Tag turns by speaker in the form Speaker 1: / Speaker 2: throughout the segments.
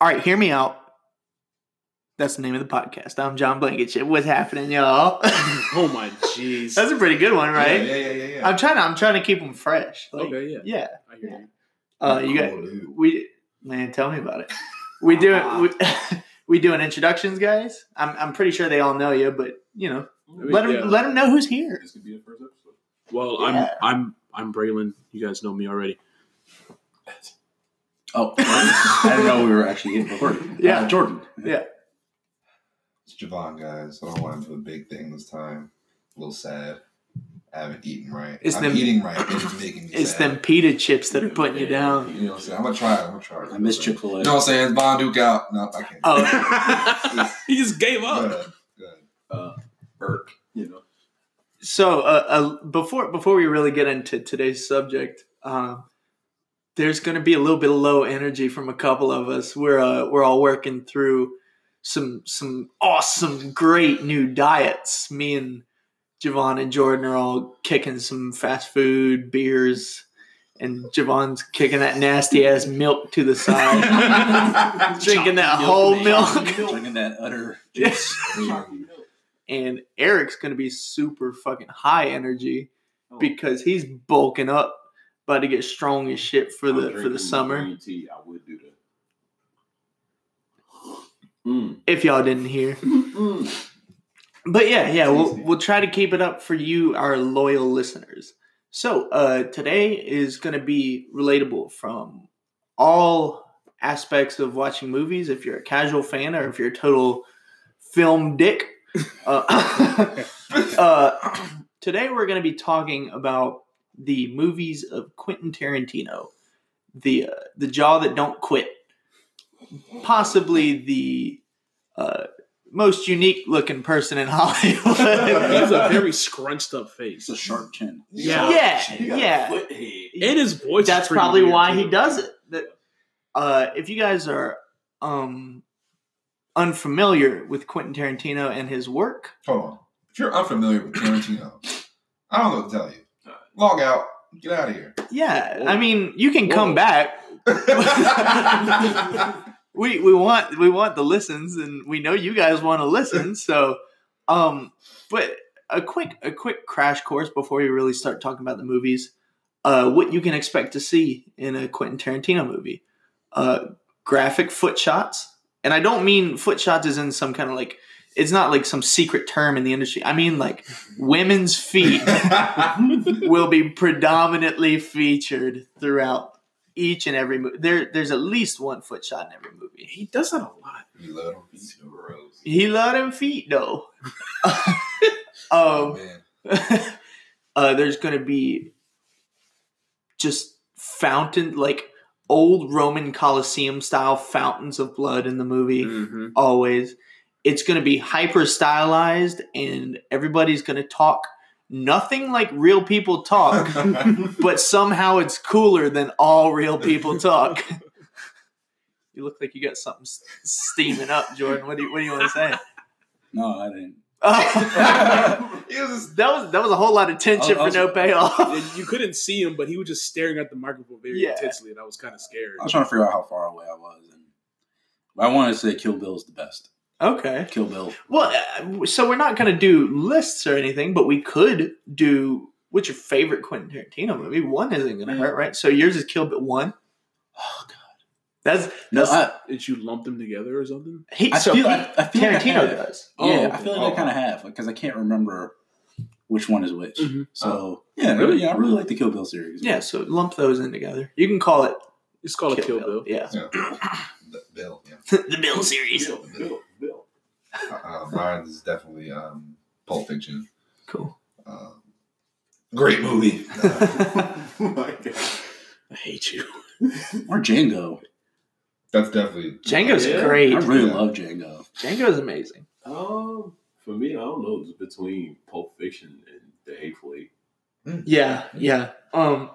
Speaker 1: All right, hear me out. That's the name of the podcast. I'm John Blankenship. What's happening, y'all?
Speaker 2: Oh my jeez.
Speaker 1: That's a pretty good one, right?
Speaker 3: Yeah, yeah, yeah, yeah.
Speaker 1: I'm trying. To, I'm trying to keep them fresh. Like,
Speaker 2: okay, Oh, yeah.
Speaker 1: Yeah.
Speaker 2: I hear you.
Speaker 1: Uh, you got we man. Tell me about it. We do we, we doing introductions, guys. I'm I'm pretty sure they all know you, but you know,
Speaker 2: I mean,
Speaker 1: let them
Speaker 2: yeah.
Speaker 1: let them know who's here.
Speaker 3: This could be the first episode.
Speaker 2: Well,
Speaker 1: Yeah.
Speaker 2: I'm I'm I'm Braylon. You guys know me already.
Speaker 3: Oh, I didn't know we were actually getting recorded.
Speaker 1: Yeah.
Speaker 3: Uh, Jordan.
Speaker 4: It's Javon, guys. I don't want to do a big thing this time. A little sad. I haven't eaten right.
Speaker 1: It's
Speaker 4: I'm
Speaker 1: them-
Speaker 4: eating right. and It's making me
Speaker 1: It's
Speaker 4: sad.
Speaker 1: them pita chips that are putting you down.
Speaker 4: You know what I'm saying? I'm gonna try it. I'm gonna try it.
Speaker 3: I miss Chick Fil A.
Speaker 4: You know what I'm saying? It's Von Duke out. No, I can't.
Speaker 1: Oh,
Speaker 2: he just gave up.
Speaker 4: Good. Good.
Speaker 3: Irk. You know.
Speaker 1: so uh, uh, before before we really get into today's subject, um, there's going to be a little bit of low energy from a couple of us. We're uh, we're all working through some some awesome, great new diets. Me and Javon and Jordan are all kicking some fast food beers, and Javon's kicking that nasty ass milk to the side. Drinking that whole milk.
Speaker 3: Drinking that utter
Speaker 1: Yes.
Speaker 4: Mm.
Speaker 1: and Eric's going to be super fucking high energy because he's bulking up, about to get strong as shit for the for the summer.
Speaker 3: Tea, I would do that. Mm.
Speaker 1: If y'all didn't hear, but yeah, yeah, we'll we'll try to keep it up for you, our loyal listeners. So uh, today is going to be relatable from all aspects of watching movies. If you're a casual fan or if you're a total film dick. Uh, uh, today we're going to be talking about the movies of Quentin Tarantino, the uh, the Jaw that Don't Quit, possibly the uh, most unique looking person in
Speaker 2: He
Speaker 1: Hollywood.
Speaker 2: has a very scrunched up face,
Speaker 3: It's a sharp chin.
Speaker 1: yeah, yeah,
Speaker 2: and his voice.
Speaker 1: That's
Speaker 2: is pretty
Speaker 1: probably
Speaker 2: weird,
Speaker 1: why
Speaker 2: too.
Speaker 1: he does it. That- uh, if you guys are um, unfamiliar with Quentin Tarantino and his work,
Speaker 4: Hold on. If you're unfamiliar with Tarantino, I don't know what to tell you. Log out. Get out of here.
Speaker 1: yeah,
Speaker 2: Whoa.
Speaker 1: I mean, you can come
Speaker 2: Whoa.
Speaker 1: back. we we want we want the listens and we know you guys want to listen so um but a quick a quick crash course before we really start talking about the movies uh what you can expect to see in a quentin tarantino movie uh graphic foot shots and i don't mean foot shots is in some kind of like it's not like some secret term in the industry i mean like women's feet will be predominantly featured throughout each and every movie. There, there's at least one foot shot in every movie.
Speaker 2: He does that a lot.
Speaker 4: you love him.
Speaker 1: He loved them feet though. um,
Speaker 4: Oh, man.
Speaker 1: uh, there's going to be just fountain like old Roman Colosseum style fountains of blood in the movie.
Speaker 2: Mm-hmm.
Speaker 1: always. It's going to be hyper stylized, and everybody's going to talk nothing like real people talk, but somehow it's cooler than all real people talk. you look like you got something s- steaming up, Jordan. What do you What do you want to say? Uh,
Speaker 3: No, I didn't.
Speaker 1: that
Speaker 4: He was just-
Speaker 1: was that was a whole lot of tension
Speaker 3: I
Speaker 1: for
Speaker 3: was-
Speaker 1: no payoff.
Speaker 2: you couldn't see him, but he was just staring at the microphone very
Speaker 1: Yeah. Uh,
Speaker 2: intensely, and I was kind of scared.
Speaker 3: I was trying to figure out how far away I was, and but I wanted to say Kill Bill is the best.
Speaker 1: Okay.
Speaker 3: Kill Bill.
Speaker 1: Well, uh, so we're not going to do lists or anything, but we could do what's your favorite Quentin Tarantino movie? One isn't going to hurt, right? So yours is Kill Bill One.
Speaker 3: Oh God.
Speaker 1: That's
Speaker 3: No,
Speaker 1: that's
Speaker 3: I,
Speaker 2: Did you lump them together or something?
Speaker 1: he,
Speaker 3: I
Speaker 1: so
Speaker 3: feel,
Speaker 1: he-
Speaker 3: I, I feel like I
Speaker 1: Tarantino
Speaker 3: have.
Speaker 1: does.
Speaker 2: Oh,
Speaker 3: yeah, I
Speaker 2: okay.
Speaker 3: feel like I kind of have because I can't remember which one is which.
Speaker 2: Mhm.
Speaker 3: So yeah,
Speaker 2: Really?
Speaker 3: really, yeah, I really like the Kill Bill series.
Speaker 1: Yeah, so lump those in together. You can call it
Speaker 2: It's called a Kill Bill.
Speaker 1: Yeah,
Speaker 4: Bill. Yeah.
Speaker 1: the Bill series.
Speaker 4: Bill. Bill. Uh, mine is definitely um, Pulp Fiction.
Speaker 1: Cool.
Speaker 4: Um, great movie. Uh,
Speaker 2: I hate you.
Speaker 3: or Django.
Speaker 4: that's definitely
Speaker 1: Django's
Speaker 5: Yeah.
Speaker 3: I
Speaker 1: great.
Speaker 3: really
Speaker 4: Yeah.
Speaker 3: love Django.
Speaker 1: Django's amazing.
Speaker 5: Um, for me, I don't know. It's between Pulp Fiction and The Hateful Eight.
Speaker 1: Yeah, yeah. Um,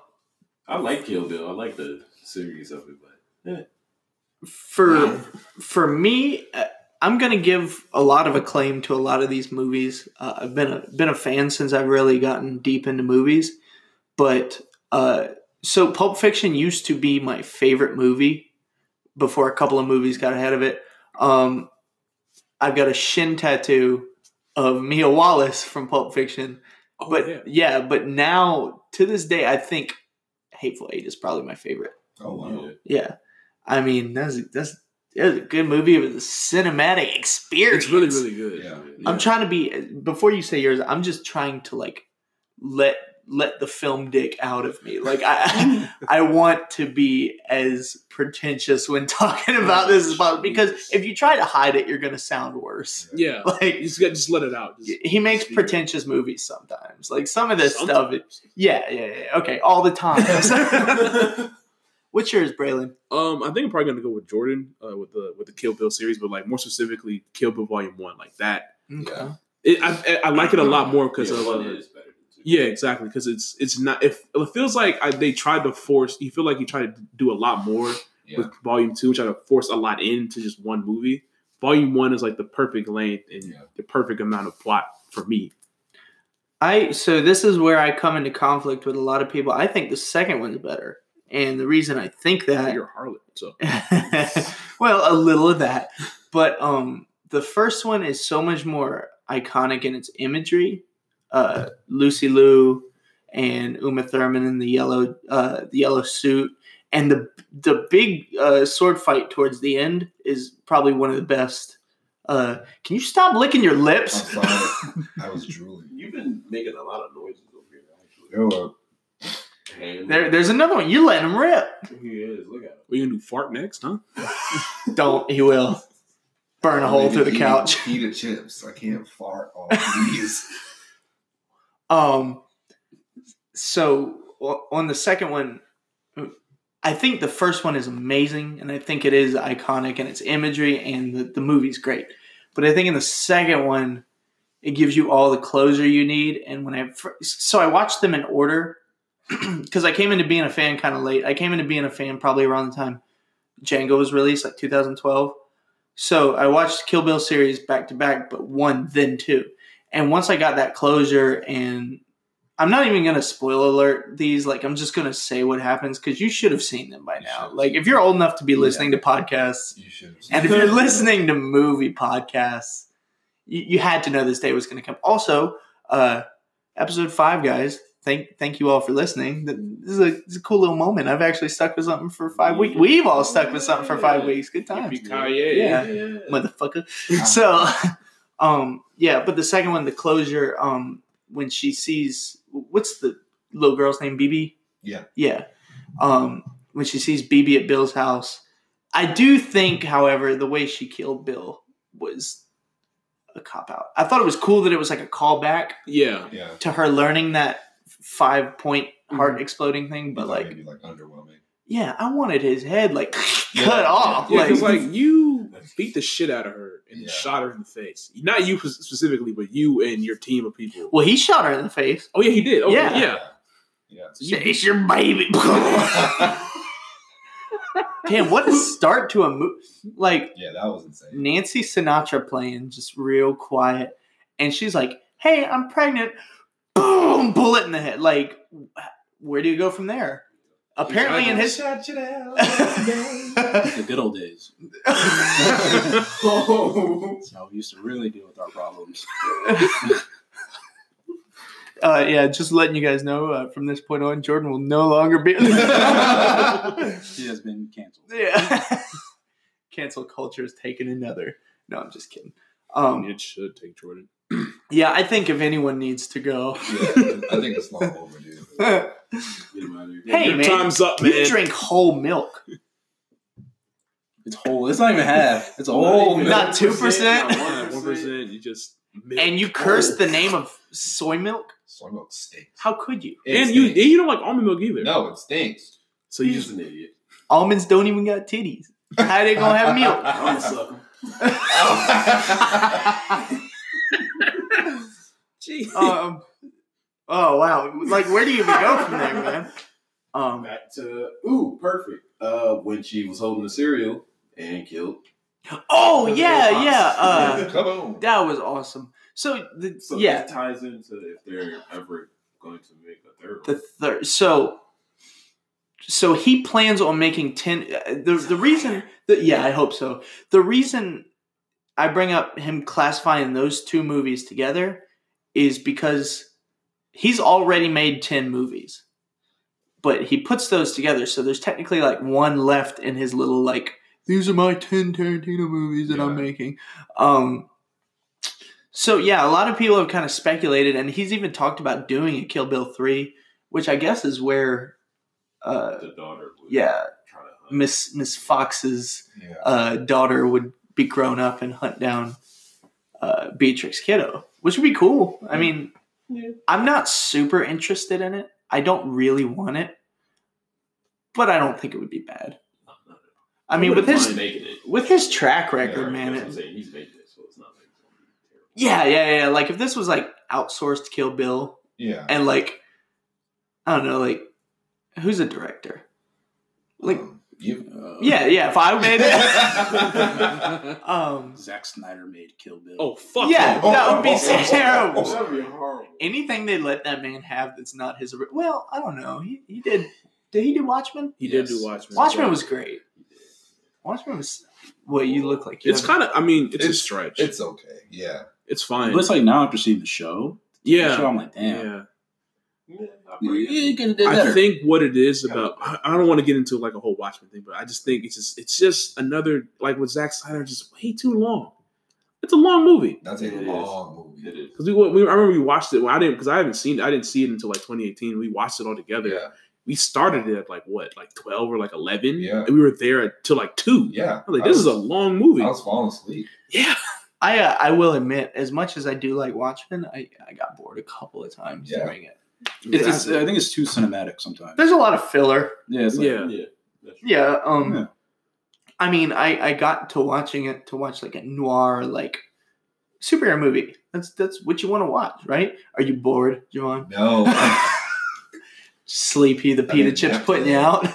Speaker 5: I like Kill Bill. I like the series of it, but
Speaker 1: for for me, uh, I'm gonna give a lot of acclaim to a lot of these movies. Uh, I've been a, been a fan since I've really gotten deep into movies, but uh, so Pulp Fiction used to be my favorite movie before a couple of movies got ahead of it. Um, I've got a shin tattoo of Mia Wallace from Pulp Fiction.
Speaker 2: Oh,
Speaker 1: but
Speaker 2: yeah.
Speaker 1: yeah, but now to this day, I think Hateful Eight is probably my favorite.
Speaker 4: Oh wow.
Speaker 5: Yeah.
Speaker 1: Yeah, I mean that's that's it was a good movie. It was a cinematic experience.
Speaker 2: it's really really good.
Speaker 4: Yeah.
Speaker 1: I'm trying to be before you say yours. I'm just trying to like let let the film dick out of me. Like I I want to be as pretentious when talking about this as possible because if you try to hide it, you're going to sound worse.
Speaker 2: Yeah, you
Speaker 1: Like
Speaker 2: just got just let it out. Just,
Speaker 1: he makes
Speaker 2: Speak.
Speaker 1: pretentious movies sometimes. Like some of this stuff.
Speaker 2: Sometimes.
Speaker 1: it- yeah, yeah, yeah. Okay, all the time. What's yours, Braylon?
Speaker 2: Um, I think I'm probably gonna go with Jordan uh, with the with the Kill Bill series, but like more specifically Kill Bill Volume One, like that.
Speaker 4: Yeah.
Speaker 2: It, I, I I like it a lot more because
Speaker 5: Yeah,
Speaker 2: of
Speaker 5: one
Speaker 2: uh,
Speaker 5: is better than two.
Speaker 2: yeah, exactly because it's it's not if it feels like I, they tried to force. You feel like you tried to do a lot more
Speaker 4: Yeah.
Speaker 2: with Volume Two, trying to force a lot into just one movie. Volume One is like the perfect length and
Speaker 4: Yeah.
Speaker 2: the perfect amount of plot for me.
Speaker 1: I so this is where I come into conflict with a lot of people. I think the second one's better, and the reason I think that
Speaker 2: You're a harlot, so
Speaker 1: well, a little of that. But um the first one is so much more iconic in its imagery. Uh Lucy Liu and Uma Thurman in the yellow uh the yellow suit and the the big uh, sword fight towards the end is probably one of the best. Uh can you stop licking your
Speaker 4: I'm
Speaker 1: lips?
Speaker 4: sorry. I was drooling.
Speaker 5: You've been making a lot of noises over here, actually.
Speaker 4: Yo, uh,
Speaker 5: And-
Speaker 1: There, there's another one. You're letting him rip.
Speaker 5: He is. Look at him.
Speaker 2: we gonna do fart next, huh?
Speaker 1: Don't. He will burn a hole
Speaker 4: maybe
Speaker 1: through the
Speaker 4: eat-
Speaker 1: couch.
Speaker 4: Eat the chips. I can't fart all these.
Speaker 1: Um. So o- on the second one, I think the first one is amazing, and I think it is iconic in its imagery, and the, the movie's great. But I think in the second one, it gives you all the closure you need. And when I fir- so I watched them in order because I came into being a fan kind of late. I came into being a fan probably around the time Django was released, like 2012. So I watched Kill Bill series back to back, but one then two. And once I got that closure, and I'm not even gonna spoil alert these. Like I'm just gonna say what happens because you should have seen them by
Speaker 4: You
Speaker 1: now.
Speaker 4: should.
Speaker 1: Like if you're old enough to be listening to podcasts,
Speaker 4: You should. have seen
Speaker 1: and if you're
Speaker 4: that.
Speaker 1: listening to movie podcasts, you, you had to know this day was going to come. Also, uh, episode five, guys. Thank thank you all for listening. Th- This is a, this is a cool little moment. I've actually stuck with something for five weeks. We've all stuck with something for five weeks. Good times, Yeah. motherfucker. So, um, yeah. But the second one, the closure, um, when she sees what's the little girl's name, BB.
Speaker 4: Yeah.
Speaker 1: Yeah. Um, when she sees BB at Bill's house, I do think, however, the way she killed Bill was a cop out. I thought it was cool that it was like a callback
Speaker 2: Yeah,
Speaker 4: Yeah.
Speaker 1: to her learning that five point heart
Speaker 2: Mhm.
Speaker 1: exploding thing, but
Speaker 4: Thought
Speaker 1: like,
Speaker 4: maybe like underwhelming.
Speaker 1: yeah, I wanted his head like
Speaker 4: Yeah,
Speaker 1: cut
Speaker 4: yeah,
Speaker 1: off.
Speaker 2: Yeah, because
Speaker 1: like,
Speaker 2: like you beat the shit out of her and
Speaker 4: Yeah.
Speaker 2: shot her in the face. Not you specifically, but you and your team of people.
Speaker 1: well, he shot her in the face.
Speaker 2: Oh yeah, he did. Oh
Speaker 1: Yeah.
Speaker 2: yeah, yeah.
Speaker 4: Yeah.
Speaker 2: So you-
Speaker 1: it's your baby. Damn, what a start to a movie! Like
Speaker 4: Yeah, that was insane.
Speaker 1: Nancy Sinatra playing, just real quiet, and she's like, "Hey, I'm pregnant." Boom! Bullet in the head. Like, where do you go from there? Apparently, in his
Speaker 4: Shut it out.
Speaker 3: The good old days.
Speaker 4: oh.
Speaker 3: That's how we used to really deal with our problems.
Speaker 1: uh, yeah, just letting you guys know uh, from this point on, Jordan will no longer be.
Speaker 3: She has been canceled.
Speaker 1: yeah, cancel culture has taken another. No, I'm just kidding. Um,
Speaker 2: it should take Jordan.
Speaker 1: Yeah, I think if anyone needs to go,
Speaker 4: Yeah, I think it's long overdue.
Speaker 1: you
Speaker 5: Get him out of here.
Speaker 1: Hey,
Speaker 2: your
Speaker 1: man.
Speaker 2: time's up, man.
Speaker 1: drink whole milk.
Speaker 3: It's whole. It's not even half. It's a
Speaker 2: Oh,
Speaker 3: whole.
Speaker 5: even-
Speaker 1: Not
Speaker 3: Not
Speaker 1: 2%?
Speaker 5: Not
Speaker 2: One
Speaker 5: 1%.
Speaker 2: percent. You just
Speaker 1: And you curse the name of soy milk?
Speaker 4: Soy milk stinks.
Speaker 1: How could you?
Speaker 4: It
Speaker 2: and you and
Speaker 4: stinks.
Speaker 2: you don't like almond milk either.
Speaker 4: No, it stinks.
Speaker 2: So you
Speaker 5: He's
Speaker 2: just
Speaker 5: an idiot.
Speaker 1: Almonds don't even got titties. How they gonna have milk?
Speaker 5: I'm a sucker.
Speaker 1: Um, oh wow! Like where do you even go from there, man? Um,
Speaker 5: Back to ooh, perfect. Uh, when she was holding the cereal and killed.
Speaker 1: oh yeah, yeah. Uh,
Speaker 4: Come on.
Speaker 1: that was awesome. So the,
Speaker 5: So
Speaker 1: yeah,
Speaker 5: this ties into if they're ever going to make a third
Speaker 1: the third. So so he plans on making 10 uh, the, the reason that yeah i hope so the reason i bring up him classifying those two movies together is because he's already made 10 movies but he puts those together so there's technically like one left in his little like these are my 10 tarantino movies that i'm
Speaker 4: Yeah.
Speaker 1: making um so yeah a lot of people have kind of speculated and he's even talked about doing a kill bill 3 which i guess is where uh
Speaker 5: the daughter. Was
Speaker 1: yeah,
Speaker 5: Trying to hunt.
Speaker 1: Miss Miss Fox's
Speaker 4: Yeah.
Speaker 1: uh, daughter would be grown up and hunt down uh, Beatrix Kiddo, which would be cool. I mean,
Speaker 5: Yeah.
Speaker 1: I'm not super interested in it. I don't really want it, but I don't think it would be bad. I mean, with
Speaker 5: wouldn't
Speaker 1: his
Speaker 5: mind making it.
Speaker 1: with his track record,
Speaker 4: Yeah,
Speaker 1: man,
Speaker 5: That's what I'm
Speaker 1: it,
Speaker 5: saying. He's making it, so it's not like it's gonna be terrible.
Speaker 1: yeah, yeah, yeah. Like if this was like outsourced Kill Bill,
Speaker 4: Yeah.
Speaker 1: and like I don't know, like who's a director? Like
Speaker 4: Um, you,
Speaker 3: Uh,
Speaker 1: yeah, yeah. If I made it,
Speaker 2: Oh,
Speaker 1: um,
Speaker 3: Zack Snyder made Kill Bill.
Speaker 2: Oh fuck
Speaker 1: yeah,
Speaker 2: no.
Speaker 1: that would be terrible.
Speaker 4: Oh,
Speaker 5: That'd be horrible.
Speaker 1: Anything they let that man have that's not his. ori- Well, I don't know. He, he did. Did he do Watchmen?
Speaker 2: He
Speaker 3: Yes.
Speaker 2: did do Watchmen.
Speaker 1: Watchmen was great. Watchmen was. Well, you look like you.
Speaker 2: It's
Speaker 1: haven't-
Speaker 2: kind of. I mean, it's, a
Speaker 4: It's-
Speaker 2: stretch. It's
Speaker 4: it's okay. Yeah.
Speaker 2: it's fine.
Speaker 3: But it's like now after seeing the show, the show
Speaker 2: yeah,
Speaker 3: I'm like, damn.
Speaker 2: yeah.
Speaker 5: Yeah, I'll
Speaker 3: You,
Speaker 5: bring it.
Speaker 3: you could have did better.
Speaker 2: I think what it is
Speaker 4: Yeah.
Speaker 2: about. I, I don't want to get into like a whole Watchmen thing, but I just think it's just it's just another like with Zack Snyder, just way too long. It's a long movie.
Speaker 4: That's
Speaker 5: It
Speaker 4: a
Speaker 5: is.
Speaker 4: long movie.
Speaker 5: It is.
Speaker 2: Because we, we, I remember we watched it. Well, I didn't because I haven't seen. I didn't see it until like 2018. We watched it all together.
Speaker 4: Yeah.
Speaker 2: We started it at like what, like 12 or like 11.
Speaker 4: Yeah.
Speaker 2: and we were there until like two.
Speaker 4: Yeah.
Speaker 2: I was
Speaker 4: I
Speaker 2: like, this is a
Speaker 4: was-
Speaker 2: long movie.
Speaker 4: I was falling asleep.
Speaker 2: yeah,
Speaker 1: I uh, I will admit, as much as I do like Watchmen, I, I got bored a couple of times
Speaker 4: Yeah.
Speaker 1: during it.
Speaker 3: it's, it's, I think it's too cinematic sometimes.
Speaker 1: There's a lot of filler.
Speaker 3: yeah, it's like,
Speaker 2: yeah.
Speaker 5: Yeah, that's true.
Speaker 1: Yeah. Um.
Speaker 3: Yeah.
Speaker 1: I mean, I I got to watching it to watch like a noir like superhero movie. That's that's what you want to watch, right? Are you bored, Javon?
Speaker 4: No.
Speaker 1: Sleepy, the
Speaker 4: I mean,
Speaker 1: pita chips
Speaker 4: definitely.
Speaker 1: putting you out.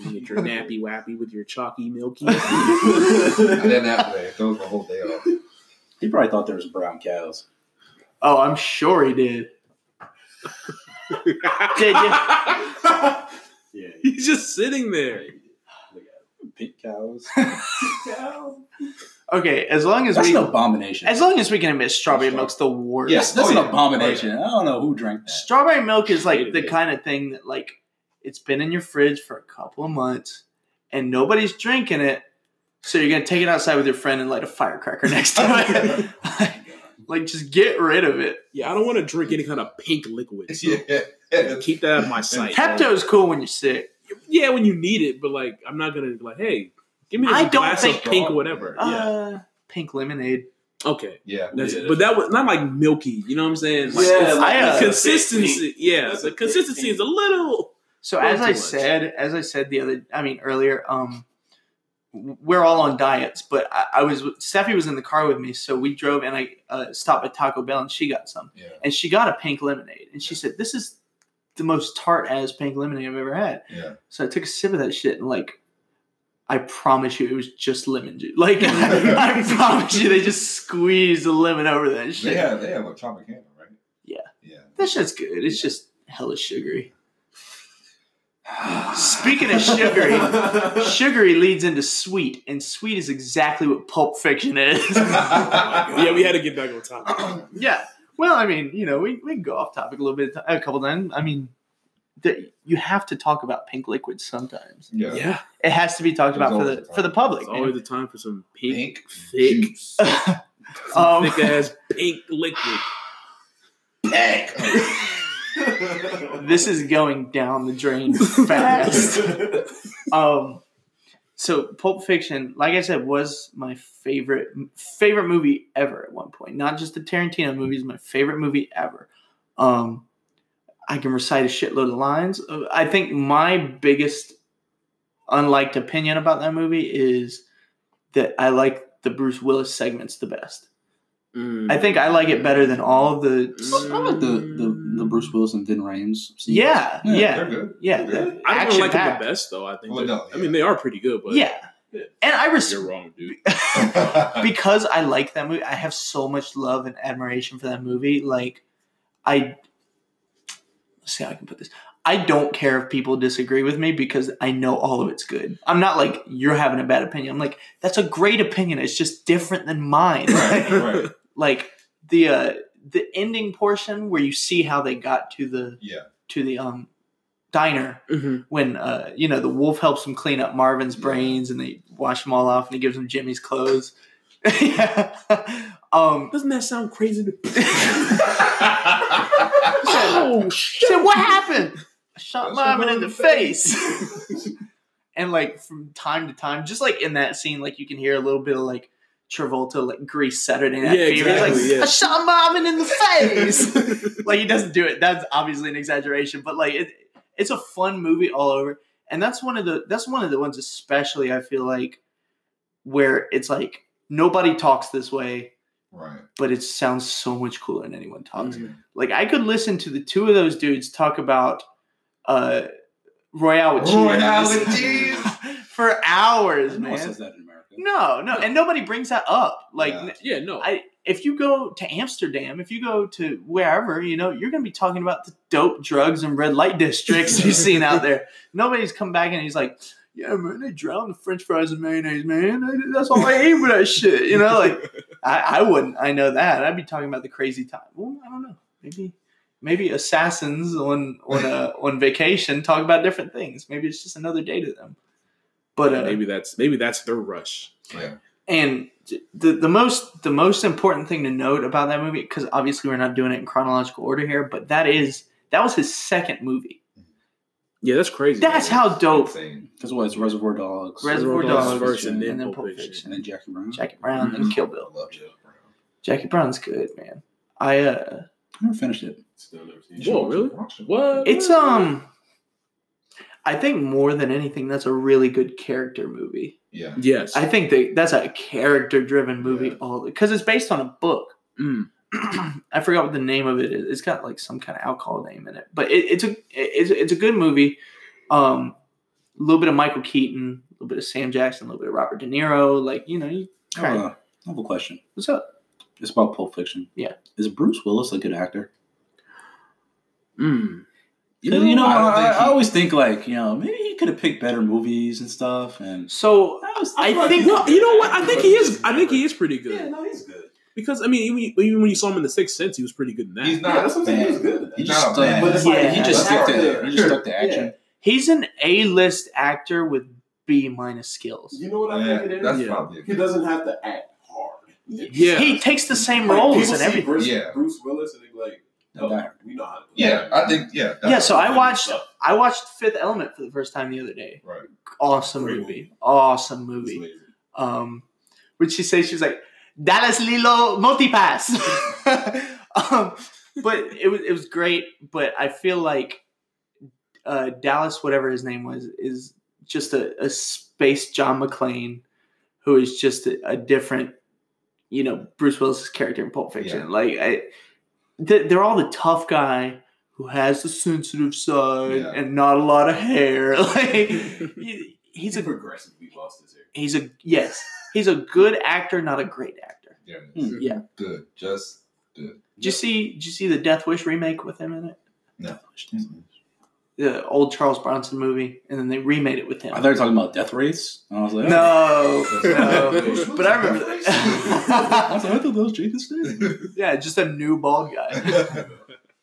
Speaker 2: You get your nappy wappy with your chalky milky.
Speaker 4: I didn't that way. That was the whole day off.
Speaker 3: he probably thought there was brown cows.
Speaker 1: oh, I'm sure he did. Did you?
Speaker 5: Yeah.
Speaker 2: He's just sitting there.
Speaker 5: Look at
Speaker 3: Pink cows.
Speaker 5: it.
Speaker 1: Okay, as long as
Speaker 3: That's
Speaker 1: we
Speaker 3: an abomination.
Speaker 1: as long as we can admit strawberry
Speaker 4: Sure.
Speaker 1: milk's the worst.
Speaker 3: yes, that's
Speaker 4: Oh, yeah.
Speaker 3: an abomination. I don't know who drank that.
Speaker 1: Strawberry milk is like
Speaker 2: Hated
Speaker 1: the
Speaker 2: it.
Speaker 1: kind of thing that like it's been in your fridge for a couple of months and nobody's drinking it. So you're gonna take it outside with your friend and light a firecracker next to it. like, just get rid of it.
Speaker 2: Yeah, I don't want to drink any kind of pink liquid. So
Speaker 4: Yeah.
Speaker 2: Keep that out of my sight.
Speaker 1: Pepto's cool when you're sick.
Speaker 2: Yeah, when you need it, but like, I'm not gonna be like, hey, give me this
Speaker 1: I don't
Speaker 2: glass
Speaker 1: think-
Speaker 2: of pink whatever. yeah.
Speaker 1: Uh, pink lemonade.
Speaker 2: Okay.
Speaker 4: Yeah.
Speaker 2: That's,
Speaker 5: Yeah,
Speaker 2: but that was not like milky. You know what I'm saying? Like,
Speaker 5: Yeah, uh,
Speaker 2: it's-
Speaker 1: like
Speaker 2: the
Speaker 1: that's a
Speaker 2: consistency. Yeah,
Speaker 5: That's
Speaker 2: the
Speaker 5: a
Speaker 2: consistency is a little.
Speaker 1: So
Speaker 2: Way
Speaker 1: as
Speaker 2: too
Speaker 1: I
Speaker 2: much.
Speaker 1: said, as I said the other, I mean earlier, um, we're all on diets, but I, I was Steffi was in the car with me, so we drove and I uh, stopped at Taco Bell and she got some,
Speaker 4: Yeah.
Speaker 1: and she got a pink lemonade, and she said, "This is the most tart as pink lemonade I've ever had."
Speaker 4: Yeah.
Speaker 1: So I took a sip of that shit and like. I promise you, it was just lemon juice. Like, I promise you, they just squeezed a lemon over that shit.
Speaker 4: They have, they have a Tropicana, right?
Speaker 1: Yeah.
Speaker 4: Yeah.
Speaker 1: That shit's good. It's just hella sugary. Speaking of sugary, sugary leads into sweet, and sweet is exactly what Pulp Fiction
Speaker 2: Oh
Speaker 1: is.
Speaker 2: Yeah, we had to get back on top.
Speaker 1: yeah. Well, I mean, you know, we, we can go off topic a little bit, a couple times. I mean, the, you have to talk about pink liquids sometimes.
Speaker 4: yeah.
Speaker 2: Yeah,
Speaker 1: It has to be talked
Speaker 4: There's
Speaker 1: about for
Speaker 4: always
Speaker 1: the
Speaker 4: a time.
Speaker 1: for the public.
Speaker 2: it's always the time for some pink,
Speaker 4: Pink
Speaker 2: thick,
Speaker 4: juice.
Speaker 1: Um,
Speaker 2: thick ass pink liquid.
Speaker 4: Pink.
Speaker 1: this is going down the drain fast. um so pulp fiction like i said was my favorite favorite movie ever at one point not just the tarantino movies my favorite movie ever um i can recite a shitload of lines Uh, i think my biggest unliked opinion about that movie is that i like the bruce willis segments the best
Speaker 2: Mm.
Speaker 1: i think i like it better than all of the
Speaker 3: I like the, the, the Bruce Willis and Thin Rames. scenes.
Speaker 1: yeah
Speaker 3: Yeah,
Speaker 1: yeah
Speaker 4: They're good.
Speaker 1: yeah
Speaker 4: They're
Speaker 1: the
Speaker 4: good.
Speaker 2: I don't
Speaker 1: action
Speaker 2: really like them
Speaker 1: packed.
Speaker 2: the best though. I think.
Speaker 4: Well,
Speaker 2: they're-
Speaker 4: no,
Speaker 2: I
Speaker 4: yeah.
Speaker 2: mean, they are pretty good, but
Speaker 1: yeah and i respect
Speaker 2: you're wrong, dude.
Speaker 1: because I like that movie, I have so much love and admiration for that movie. Like, I let's see how I can put this. I I don't care if people disagree with me because I know all of it's good. I'm not like you're having a bad opinion. I'm like that's a great opinion. It's just different than mine.
Speaker 3: Right, right.
Speaker 1: like the uh, the ending portion where you see how they got to the
Speaker 4: Yeah.
Speaker 1: to the um diner
Speaker 2: Mhm.
Speaker 1: when uh you know the wolf helps him clean up Marvin's brains and they wash them all off and he gives him Jimmy's clothes. yeah. Um
Speaker 2: Doesn't that sound crazy? To-
Speaker 4: yeah.
Speaker 2: oh
Speaker 1: She
Speaker 2: shit!
Speaker 1: said, "What happened?" I shot
Speaker 4: That's
Speaker 1: Marvin
Speaker 4: your
Speaker 1: in the
Speaker 4: mom
Speaker 1: face. and like from time to time, just like in that scene, like you can hear a little bit of like Travolta, like Grease Saturday Night
Speaker 2: Yeah,
Speaker 1: Fever. He's
Speaker 2: exactly,
Speaker 1: like,
Speaker 2: yeah.
Speaker 1: I shot Marvin in the face. like he doesn't do it. That's obviously an exaggeration, but like it, it's a fun movie all over. And that's one of the that's one of the ones especially I feel like where it's like nobody talks this way,
Speaker 4: Right.
Speaker 1: but it sounds so much cooler than anyone talks
Speaker 4: Mm-hmm.
Speaker 2: Mhm.
Speaker 1: like I could listen to the two of those dudes talk about uh Royale with cheese
Speaker 4: Royale with cheese.
Speaker 1: for hours,
Speaker 3: No one
Speaker 1: man.
Speaker 3: says that in America.
Speaker 1: No, no, and nobody brings that up. Like
Speaker 4: Yeah.
Speaker 2: Yeah, no.
Speaker 1: I if you go to Amsterdam, if you go to wherever, you know, you're gonna be talking about the dope drugs and red light districts you've seen out there. Nobody's come back and he's like, Yeah, man, they drowned the French fries and mayonnaise, man. I- That's all I ate with that shit. You know, like I, I wouldn't. I know that. I'd be talking about the crazy time. Well, I don't know. Maybe maybe assassins on on uh, on vacation talk about different things. Maybe it's just another day to them. But uh,
Speaker 2: maybe that's maybe that's their rush.
Speaker 4: Yeah.
Speaker 1: and the the most the most important thing to note about that movie because obviously we're not doing it in chronological order here but that is that was his second movie
Speaker 2: Yeah, that's crazy.
Speaker 1: that's
Speaker 2: man.
Speaker 1: how dope
Speaker 4: Insane.
Speaker 3: Because what? It's Reservoir Dogs.
Speaker 1: reservoir
Speaker 2: Dogs
Speaker 1: dogs
Speaker 2: first
Speaker 1: and then,
Speaker 2: and then
Speaker 1: pulp
Speaker 2: Pulp
Speaker 1: fiction, Mm-hmm.
Speaker 3: And then Jackie Brown.
Speaker 1: jackie brown and kill
Speaker 4: I
Speaker 1: bill
Speaker 4: love Joe Brown.
Speaker 1: jackie brown's good man i uh
Speaker 3: I never finished it.
Speaker 5: Still never seen.
Speaker 2: Whoa,
Speaker 5: it.
Speaker 2: really?
Speaker 4: Watch it.
Speaker 2: What?
Speaker 1: it's um i think more than anything that's a really good character movie
Speaker 4: Yeah.
Speaker 2: Yes.
Speaker 1: i think that that's a character driven movie
Speaker 4: Yeah.
Speaker 1: all because it's based on a book
Speaker 2: Mm.
Speaker 1: I forgot what the name of it is. It's got like some kind of alcohol name in it, but it, it's a it's, it's a good movie. Um, a little bit of Michael Keaton, a little bit of Sam Jackson, a little bit of Robert De Niro. Like you know, you,
Speaker 3: I have,
Speaker 1: Right.
Speaker 3: a, I have a question.
Speaker 1: what's up?
Speaker 3: It's about Pulp Fiction.
Speaker 1: Yeah.
Speaker 3: Is Bruce Willis a good actor?
Speaker 2: Mm.
Speaker 3: You know, you know I,
Speaker 4: don't
Speaker 3: I,
Speaker 4: think he-
Speaker 3: always think like, you know, maybe he could have picked better movies and stuff. And
Speaker 1: So
Speaker 3: I, was,
Speaker 1: I think-
Speaker 2: No, you know what? I think he is. I think he is pretty good.
Speaker 5: Yeah, no, he's good.
Speaker 2: Because I mean, even, even when you saw him in the Sixth Sense, he was pretty good in that.
Speaker 4: He's
Speaker 5: Yeah,
Speaker 4: not.
Speaker 5: that's what I'm saying. He was good.
Speaker 3: he
Speaker 4: No,
Speaker 3: just,
Speaker 4: man.
Speaker 3: uh,
Speaker 5: But it's like,
Speaker 1: Yeah.
Speaker 3: he just
Speaker 4: That's
Speaker 3: stuck to
Speaker 5: not
Speaker 3: he just stuck to action.
Speaker 1: he's an A list actor with B minus skills.
Speaker 5: You know what I
Speaker 4: Yeah,
Speaker 5: think it is?
Speaker 4: that's
Speaker 2: Yeah.
Speaker 4: probably a
Speaker 5: He
Speaker 4: good.
Speaker 5: doesn't have to act hard.
Speaker 2: Yeah.
Speaker 1: He takes the same
Speaker 5: Like,
Speaker 1: roles
Speaker 5: people
Speaker 1: and
Speaker 5: see
Speaker 1: everything.
Speaker 5: Bruce,
Speaker 4: Yeah.
Speaker 5: Bruce Willis and they're like,
Speaker 3: That guy.
Speaker 5: no, we know how to. do
Speaker 4: Yeah,
Speaker 5: that.
Speaker 4: I think yeah.
Speaker 1: Yeah, so I
Speaker 5: watch-
Speaker 1: watched I watched Fifth Element for the first time the other day.
Speaker 4: Right.
Speaker 1: Awesome
Speaker 5: Great
Speaker 1: movie. Awesome
Speaker 5: It's
Speaker 1: movie.
Speaker 5: lazy.
Speaker 1: um, which she says she's like Dallas Lilo multipass. um, but it was it was great. But I feel like uh, Dallas, whatever his name was, is just a, a space John McClane who is just a, a different, you know, Bruce Willis's character in Pulp Fiction.
Speaker 4: Yeah.
Speaker 1: Like I, they- they're all the tough guy. Who has the sensitive side
Speaker 4: Yeah.
Speaker 1: and not a lot of hair? Like he- he's
Speaker 5: He
Speaker 1: a
Speaker 5: progressively lost his hair.
Speaker 1: He's a yes. He's a good actor, not a great actor.
Speaker 4: Yeah. it is.
Speaker 1: Yeah.
Speaker 4: Good. Just good.
Speaker 1: Did you see? Did you see the Death Wish remake with him in it?
Speaker 4: Mhm.
Speaker 1: The old Charles Bronson movie, and then they remade it with him.
Speaker 3: I thought you were talking about Death Race. And I was like, oh.
Speaker 1: no, no.
Speaker 4: Bruce
Speaker 1: But I
Speaker 4: Willis
Speaker 1: remember
Speaker 4: is
Speaker 3: I was
Speaker 1: that.
Speaker 3: like, I thought that was Jason Statham.
Speaker 1: yeah, just a new bald guy.
Speaker 4: definitely-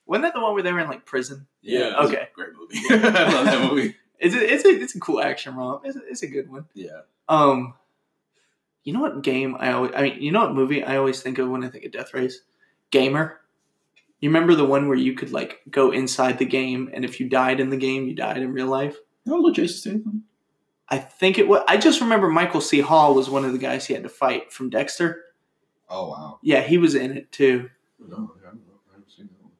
Speaker 1: Wasn't that the one where they were in like prison?
Speaker 2: Yeah.
Speaker 3: that was a
Speaker 1: Okay.
Speaker 3: Great movie. I love that movie.
Speaker 1: It's a, it's a, it's a cool action romp. It's a, it's a good one.
Speaker 3: Yeah.
Speaker 1: Um, you know what game I always? I mean, you know what movie I always think of when I think of Death Race? Gamer. You remember the one where you could like go inside the game, and if you died in the game, you died in real life.
Speaker 3: That was with Jason Statham.
Speaker 1: I think it was. I just remember Michael C. Hall was one of the guys he had to fight from Dexter.
Speaker 4: Oh wow.
Speaker 1: Yeah, he was in it too.
Speaker 4: No, I don't know. I haven't seen that one.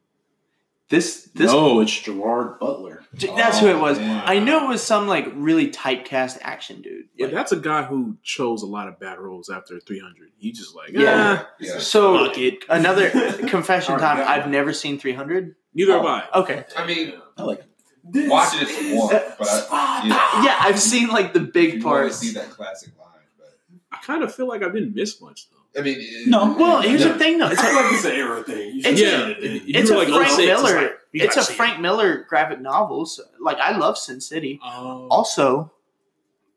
Speaker 1: This this
Speaker 3: no, it's Gerard Butler.
Speaker 1: j- that's who it
Speaker 4: Oh,
Speaker 1: was.
Speaker 4: man.
Speaker 1: I knew it was some like really typecast action dude.
Speaker 2: Yeah,
Speaker 1: Like,
Speaker 2: that's a guy who chose a lot of bad roles after 300. He just like, "Ah,
Speaker 1: Yeah.
Speaker 2: yeah,
Speaker 4: Yeah.
Speaker 1: so
Speaker 2: fuck it.
Speaker 1: another confession
Speaker 3: Alright,
Speaker 1: time.
Speaker 3: yeah.
Speaker 1: I've never seen 300.
Speaker 2: Neither have I.
Speaker 1: Okay.
Speaker 4: I mean,
Speaker 5: Yeah.
Speaker 3: I like
Speaker 5: This
Speaker 4: Watch it if
Speaker 5: is
Speaker 4: you want, but I,
Speaker 5: Sparta.
Speaker 4: you know,
Speaker 1: Yeah, I've seen like the
Speaker 4: if
Speaker 1: big
Speaker 4: you want to
Speaker 1: parts.
Speaker 4: see that classic line. But
Speaker 2: I kind of feel like I didn't miss much though.
Speaker 4: I mean, it-
Speaker 3: No.
Speaker 1: Well, here's
Speaker 4: no,
Speaker 1: the thing though. It's
Speaker 5: It's
Speaker 1: a,
Speaker 5: like it's an era thing. You
Speaker 1: It's-
Speaker 5: should-
Speaker 2: yeah,
Speaker 5: it-
Speaker 2: you
Speaker 1: it's
Speaker 2: were
Speaker 1: a
Speaker 2: oh,
Speaker 1: Frank
Speaker 2: six,
Speaker 1: Miller-
Speaker 2: like, you
Speaker 1: it's a
Speaker 2: gotta see it.
Speaker 1: Frank Miller graphic novel. So, like I love Sin City.
Speaker 2: Oh.
Speaker 1: Also,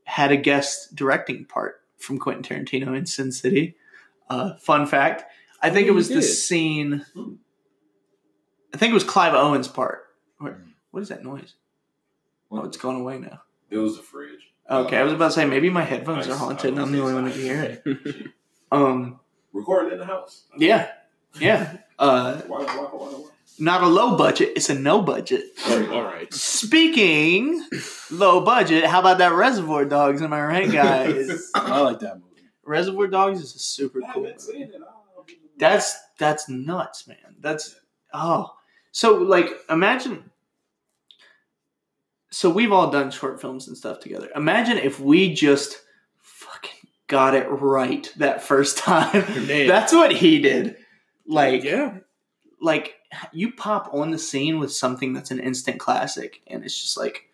Speaker 1: had a guest directing part from Quentin Tarantino in Sin City. Uh, fun fact: I think
Speaker 2: Oh,
Speaker 1: it was
Speaker 2: he
Speaker 1: the
Speaker 2: did.
Speaker 1: scene.
Speaker 5: Hmm.
Speaker 1: I think it was Clive Owen's part. What, what is that noise? Oh,
Speaker 4: What?
Speaker 1: it's gone away now.
Speaker 5: It was the fridge.
Speaker 1: Okay, I was about to say maybe my headphones
Speaker 5: I-
Speaker 1: are haunted,
Speaker 5: I
Speaker 1: and I'm
Speaker 5: was
Speaker 1: the only one that can
Speaker 5: excited.
Speaker 1: hear it. Um,
Speaker 5: Recording in the house.
Speaker 1: yeah, yeah. Uh,
Speaker 5: Why, why, why, why?
Speaker 1: not a low budget; it's a no budget.
Speaker 2: All right.
Speaker 1: Speaking low budget, how about that Reservoir Dogs? Am I right, guys?
Speaker 3: I like that movie.
Speaker 1: Reservoir Dogs is a super
Speaker 5: I
Speaker 1: cool.
Speaker 5: haven't
Speaker 1: movie.
Speaker 5: seen it. I'll be-
Speaker 1: That's that's nuts, man. That's oh, so like imagine. So we've all done short films and stuff together. Imagine if we just fucking got it right that first time.
Speaker 2: Man.
Speaker 1: That's what he did. Like
Speaker 2: yeah.
Speaker 1: like you pop on the scene with something that's an instant classic and it's just like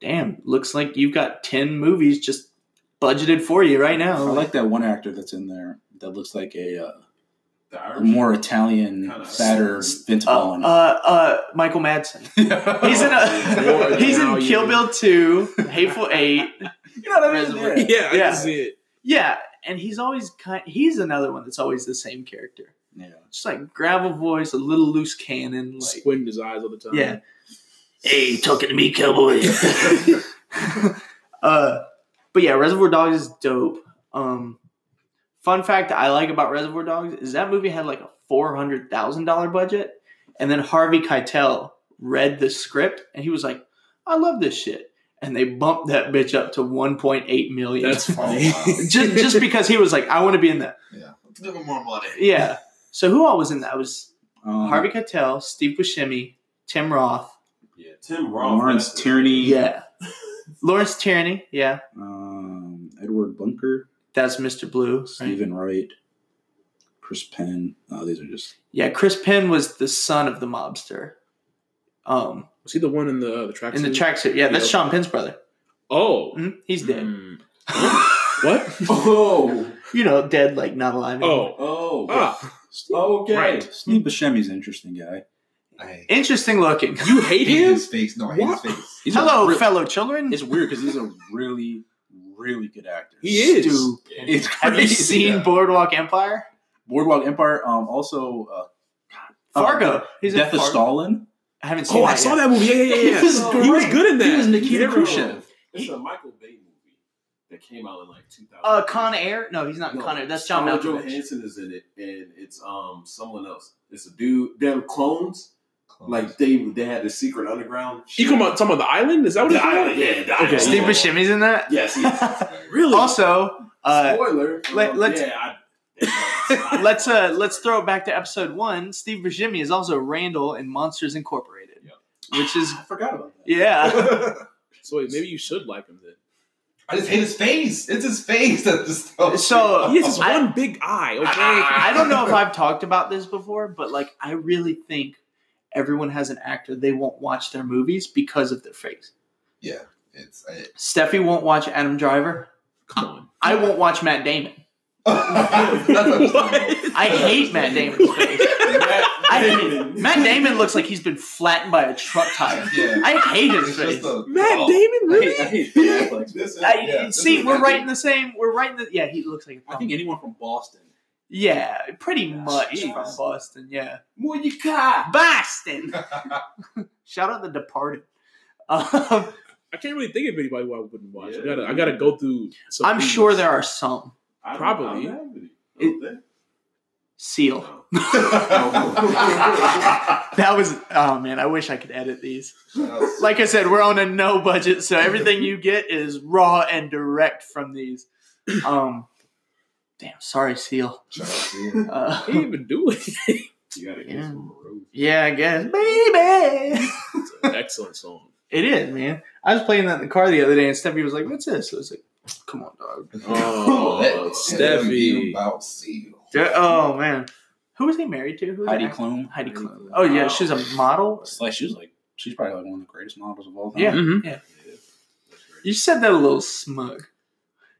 Speaker 1: damn looks like you've got 10 movies just budgeted for you right
Speaker 3: I
Speaker 1: now
Speaker 3: like that one actor that's in there that looks like a, uh,
Speaker 5: The
Speaker 3: a
Speaker 5: Irish.
Speaker 3: more Italian,
Speaker 5: Kinda.
Speaker 3: fatter Vince
Speaker 1: uh,
Speaker 3: Vaughn.
Speaker 1: uh, uh, michael madsen he's in a
Speaker 2: Lord,
Speaker 1: he's
Speaker 2: now
Speaker 1: in
Speaker 2: Oh, you-
Speaker 1: kill bill 2 hateful 8
Speaker 3: you know what I mean?
Speaker 1: Reservoir.
Speaker 2: Yeah, I
Speaker 1: Yeah.
Speaker 2: can see it.
Speaker 1: yeah and he's always kind he's another one that's always the same character
Speaker 3: Yeah.
Speaker 1: just like gravel voice a little loose cannon like
Speaker 2: Squinting his eyes all the time.
Speaker 1: Yeah. Hey, talking to me, cowboy. uh, but yeah, Reservoir Dogs is dope. Um, fun fact I like about Reservoir Dogs is that movie had like a four hundred thousand dollar budget, and then Harvey Keitel read the script and he was like, "I love this shit," and they bumped that bitch up to one point eight million.
Speaker 2: That's
Speaker 4: Oh,
Speaker 2: funny.
Speaker 4: wow.
Speaker 1: just just because he was like, "I want to be in that."
Speaker 4: Yeah. Let's give him more money.
Speaker 1: Yeah. So who all was in that? It was
Speaker 3: Um,
Speaker 1: Harvey Keitel, Steve Buscemi, Tim Roth.
Speaker 5: Yeah, Tim Roth.
Speaker 3: Lawrence
Speaker 5: that's it.
Speaker 3: Tierney.
Speaker 1: Yeah. Lawrence Tierney. Yeah.
Speaker 3: Um, Edward Bunker.
Speaker 1: That's Mr. Blue. right?
Speaker 3: Stephen Wright. Chris Penn. Oh, these are just.
Speaker 1: Yeah, Chris Penn was the son of the mobster. Um,
Speaker 2: Was he the one in the the track?
Speaker 1: in the tracksuit. Yeah, that's
Speaker 2: Yep.
Speaker 1: Sean Penn's brother.
Speaker 2: Oh.
Speaker 1: Mhm, He's dead. Mm.
Speaker 2: Mm. What?
Speaker 5: Oh,
Speaker 1: You know, dead like not alive. anymore.
Speaker 2: Oh.
Speaker 5: oh,
Speaker 2: Ah.
Speaker 5: okay.
Speaker 2: Right.
Speaker 3: Steve Buscemi's an interesting guy.
Speaker 4: I hate
Speaker 1: Interesting looking.
Speaker 2: You hate him?
Speaker 4: his face. No, I hate his
Speaker 2: What?
Speaker 4: face.
Speaker 3: He's a
Speaker 1: Hello,
Speaker 3: real-
Speaker 1: fellow children.
Speaker 3: It's weird because he's a really, really good actor.
Speaker 2: He is.
Speaker 1: Stupid.
Speaker 3: It's
Speaker 1: Have you
Speaker 3: crazy.
Speaker 1: seen
Speaker 4: Yeah.
Speaker 1: Boardwalk Empire?
Speaker 3: Boardwalk Empire. Um, also uh, Oh,
Speaker 1: Fargo. He's in
Speaker 3: Death of
Speaker 1: Fargo.
Speaker 3: Stalin.
Speaker 1: I haven't seen.
Speaker 2: Oh,
Speaker 1: that
Speaker 2: I saw
Speaker 1: yet.
Speaker 2: that movie. Yeah, yeah, yeah.
Speaker 3: He was
Speaker 2: He was
Speaker 3: great.
Speaker 2: good in that.
Speaker 3: He was Nikita
Speaker 2: Yeah.
Speaker 3: Khrushchev.
Speaker 5: It's a Michael Bay movie that came out in like 2000.
Speaker 1: Uh, Con Air? No, he's not in
Speaker 5: No,
Speaker 1: Con Air. That's John
Speaker 5: Scarlett
Speaker 1: Malkovich.
Speaker 5: Johansson is in it, and it's um someone else. It's a dude. They're clones.
Speaker 4: Close.
Speaker 5: Like they they had the secret underground.
Speaker 2: You come on, talking about the island? Is that what
Speaker 5: The
Speaker 2: it's called?
Speaker 5: island, yeah, the
Speaker 2: Okay.
Speaker 5: island.
Speaker 1: Steve Buscemi's in that.
Speaker 5: Yes. he is.
Speaker 2: Really?
Speaker 1: Also, uh,
Speaker 5: Spoiler.
Speaker 1: let-
Speaker 5: um,
Speaker 1: let's-
Speaker 5: yeah, I,
Speaker 1: let's uh let's throw it back to episode one. Steve Buscemi is also Randall in Monsters Incorporated, which is
Speaker 3: I forgot about that.
Speaker 1: yeah.
Speaker 2: So wait, maybe you should like him then.
Speaker 4: I just hate his face. It's his face that just. throws
Speaker 1: So-
Speaker 4: me
Speaker 2: He has
Speaker 4: off.
Speaker 2: this
Speaker 1: Uh, I-
Speaker 2: one big eye. Okay.
Speaker 1: I don't know if I've talked about this before, but like I really think everyone has an actor they won't watch their movies because of their face.
Speaker 4: yeah, it's. I,
Speaker 1: Steffi won't watch Adam Driver.
Speaker 2: Come on.
Speaker 1: I won't watch Matt Damon.
Speaker 4: That's understandable.
Speaker 1: I hate Matt Damon's face. I- Matt Damon looks like he's been flattened by a truck tire.
Speaker 4: Yeah.
Speaker 1: I hate his
Speaker 4: It's
Speaker 1: face.
Speaker 4: just a-
Speaker 2: Matt
Speaker 4: oh.
Speaker 2: Damon,
Speaker 3: I hate,
Speaker 2: really?
Speaker 3: I hate Ben Affleck.
Speaker 5: This is,
Speaker 1: I,
Speaker 4: Yeah, this
Speaker 1: see,
Speaker 4: is
Speaker 1: we're
Speaker 4: Matt
Speaker 1: right
Speaker 4: Damon.
Speaker 1: in the same. We're right in the. Yeah, he looks like. A
Speaker 3: I think anyone from Boston.
Speaker 1: Yeah, pretty much
Speaker 3: Jeez.
Speaker 1: from Boston. Yeah,
Speaker 5: What you got?
Speaker 1: Boston. Shout out the Departed. Um,
Speaker 2: I can't really think of anybody who I wouldn't watch. I
Speaker 5: Yeah.
Speaker 2: gotta, I gotta go through. Some
Speaker 1: I'm
Speaker 2: things.
Speaker 1: sure there are some
Speaker 5: I don't-
Speaker 2: Probably.
Speaker 5: I don't have any. I don't think.
Speaker 1: seal.
Speaker 5: No.
Speaker 1: That was oh man, I wish I could edit these.
Speaker 4: That's-
Speaker 1: Like I said, we're on a no budget, so everything you get is raw and direct from these. Um, damn, sorry, seal.
Speaker 4: Shout out to you.
Speaker 1: Uh,
Speaker 2: He didn't even do it.
Speaker 5: You gotta get
Speaker 1: Yeah.
Speaker 5: some road.
Speaker 1: yeah, I guess, baby.
Speaker 2: It's an excellent song.
Speaker 1: It is, man. I was playing that in the car the other day, and Steffi was like, "What's this?" I was like, "Come on, dog."
Speaker 2: Oh,
Speaker 4: Let
Speaker 2: Steffi.
Speaker 4: them be about seal.
Speaker 1: Yeah, oh man, who was he married to? Who was
Speaker 3: Heidi
Speaker 1: that?
Speaker 3: Klum.
Speaker 1: Heidi Klum. Oh yeah, she's a model.
Speaker 3: It's like she was like she's probably like one of the greatest novels of all time.
Speaker 1: Yeah.
Speaker 2: Mhm.
Speaker 5: Yeah. That's great.
Speaker 1: You said that a little smug.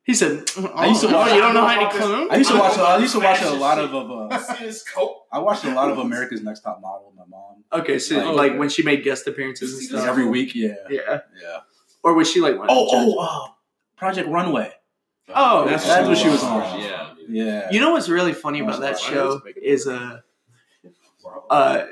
Speaker 1: He said, oh, I
Speaker 3: used to watch-
Speaker 1: you don't know how to come?
Speaker 3: I used to watch. uh, I used to watch a lot of. of uh,
Speaker 4: see this coat?
Speaker 3: I watched a lot of America's Next Top Model with my mom
Speaker 1: Okay, so
Speaker 3: Like-
Speaker 1: like when she made guest appearances and
Speaker 4: Just
Speaker 1: stuff.
Speaker 3: every week. Yeah, yeah.
Speaker 1: yeah. Or was she like one of the judges?
Speaker 3: oh, Project Runway.
Speaker 1: Oh,
Speaker 3: that's what she was
Speaker 5: Oh,
Speaker 3: on.
Speaker 5: Yeah.
Speaker 3: Yeah,
Speaker 1: You know what's really funny about that show is uh, uh,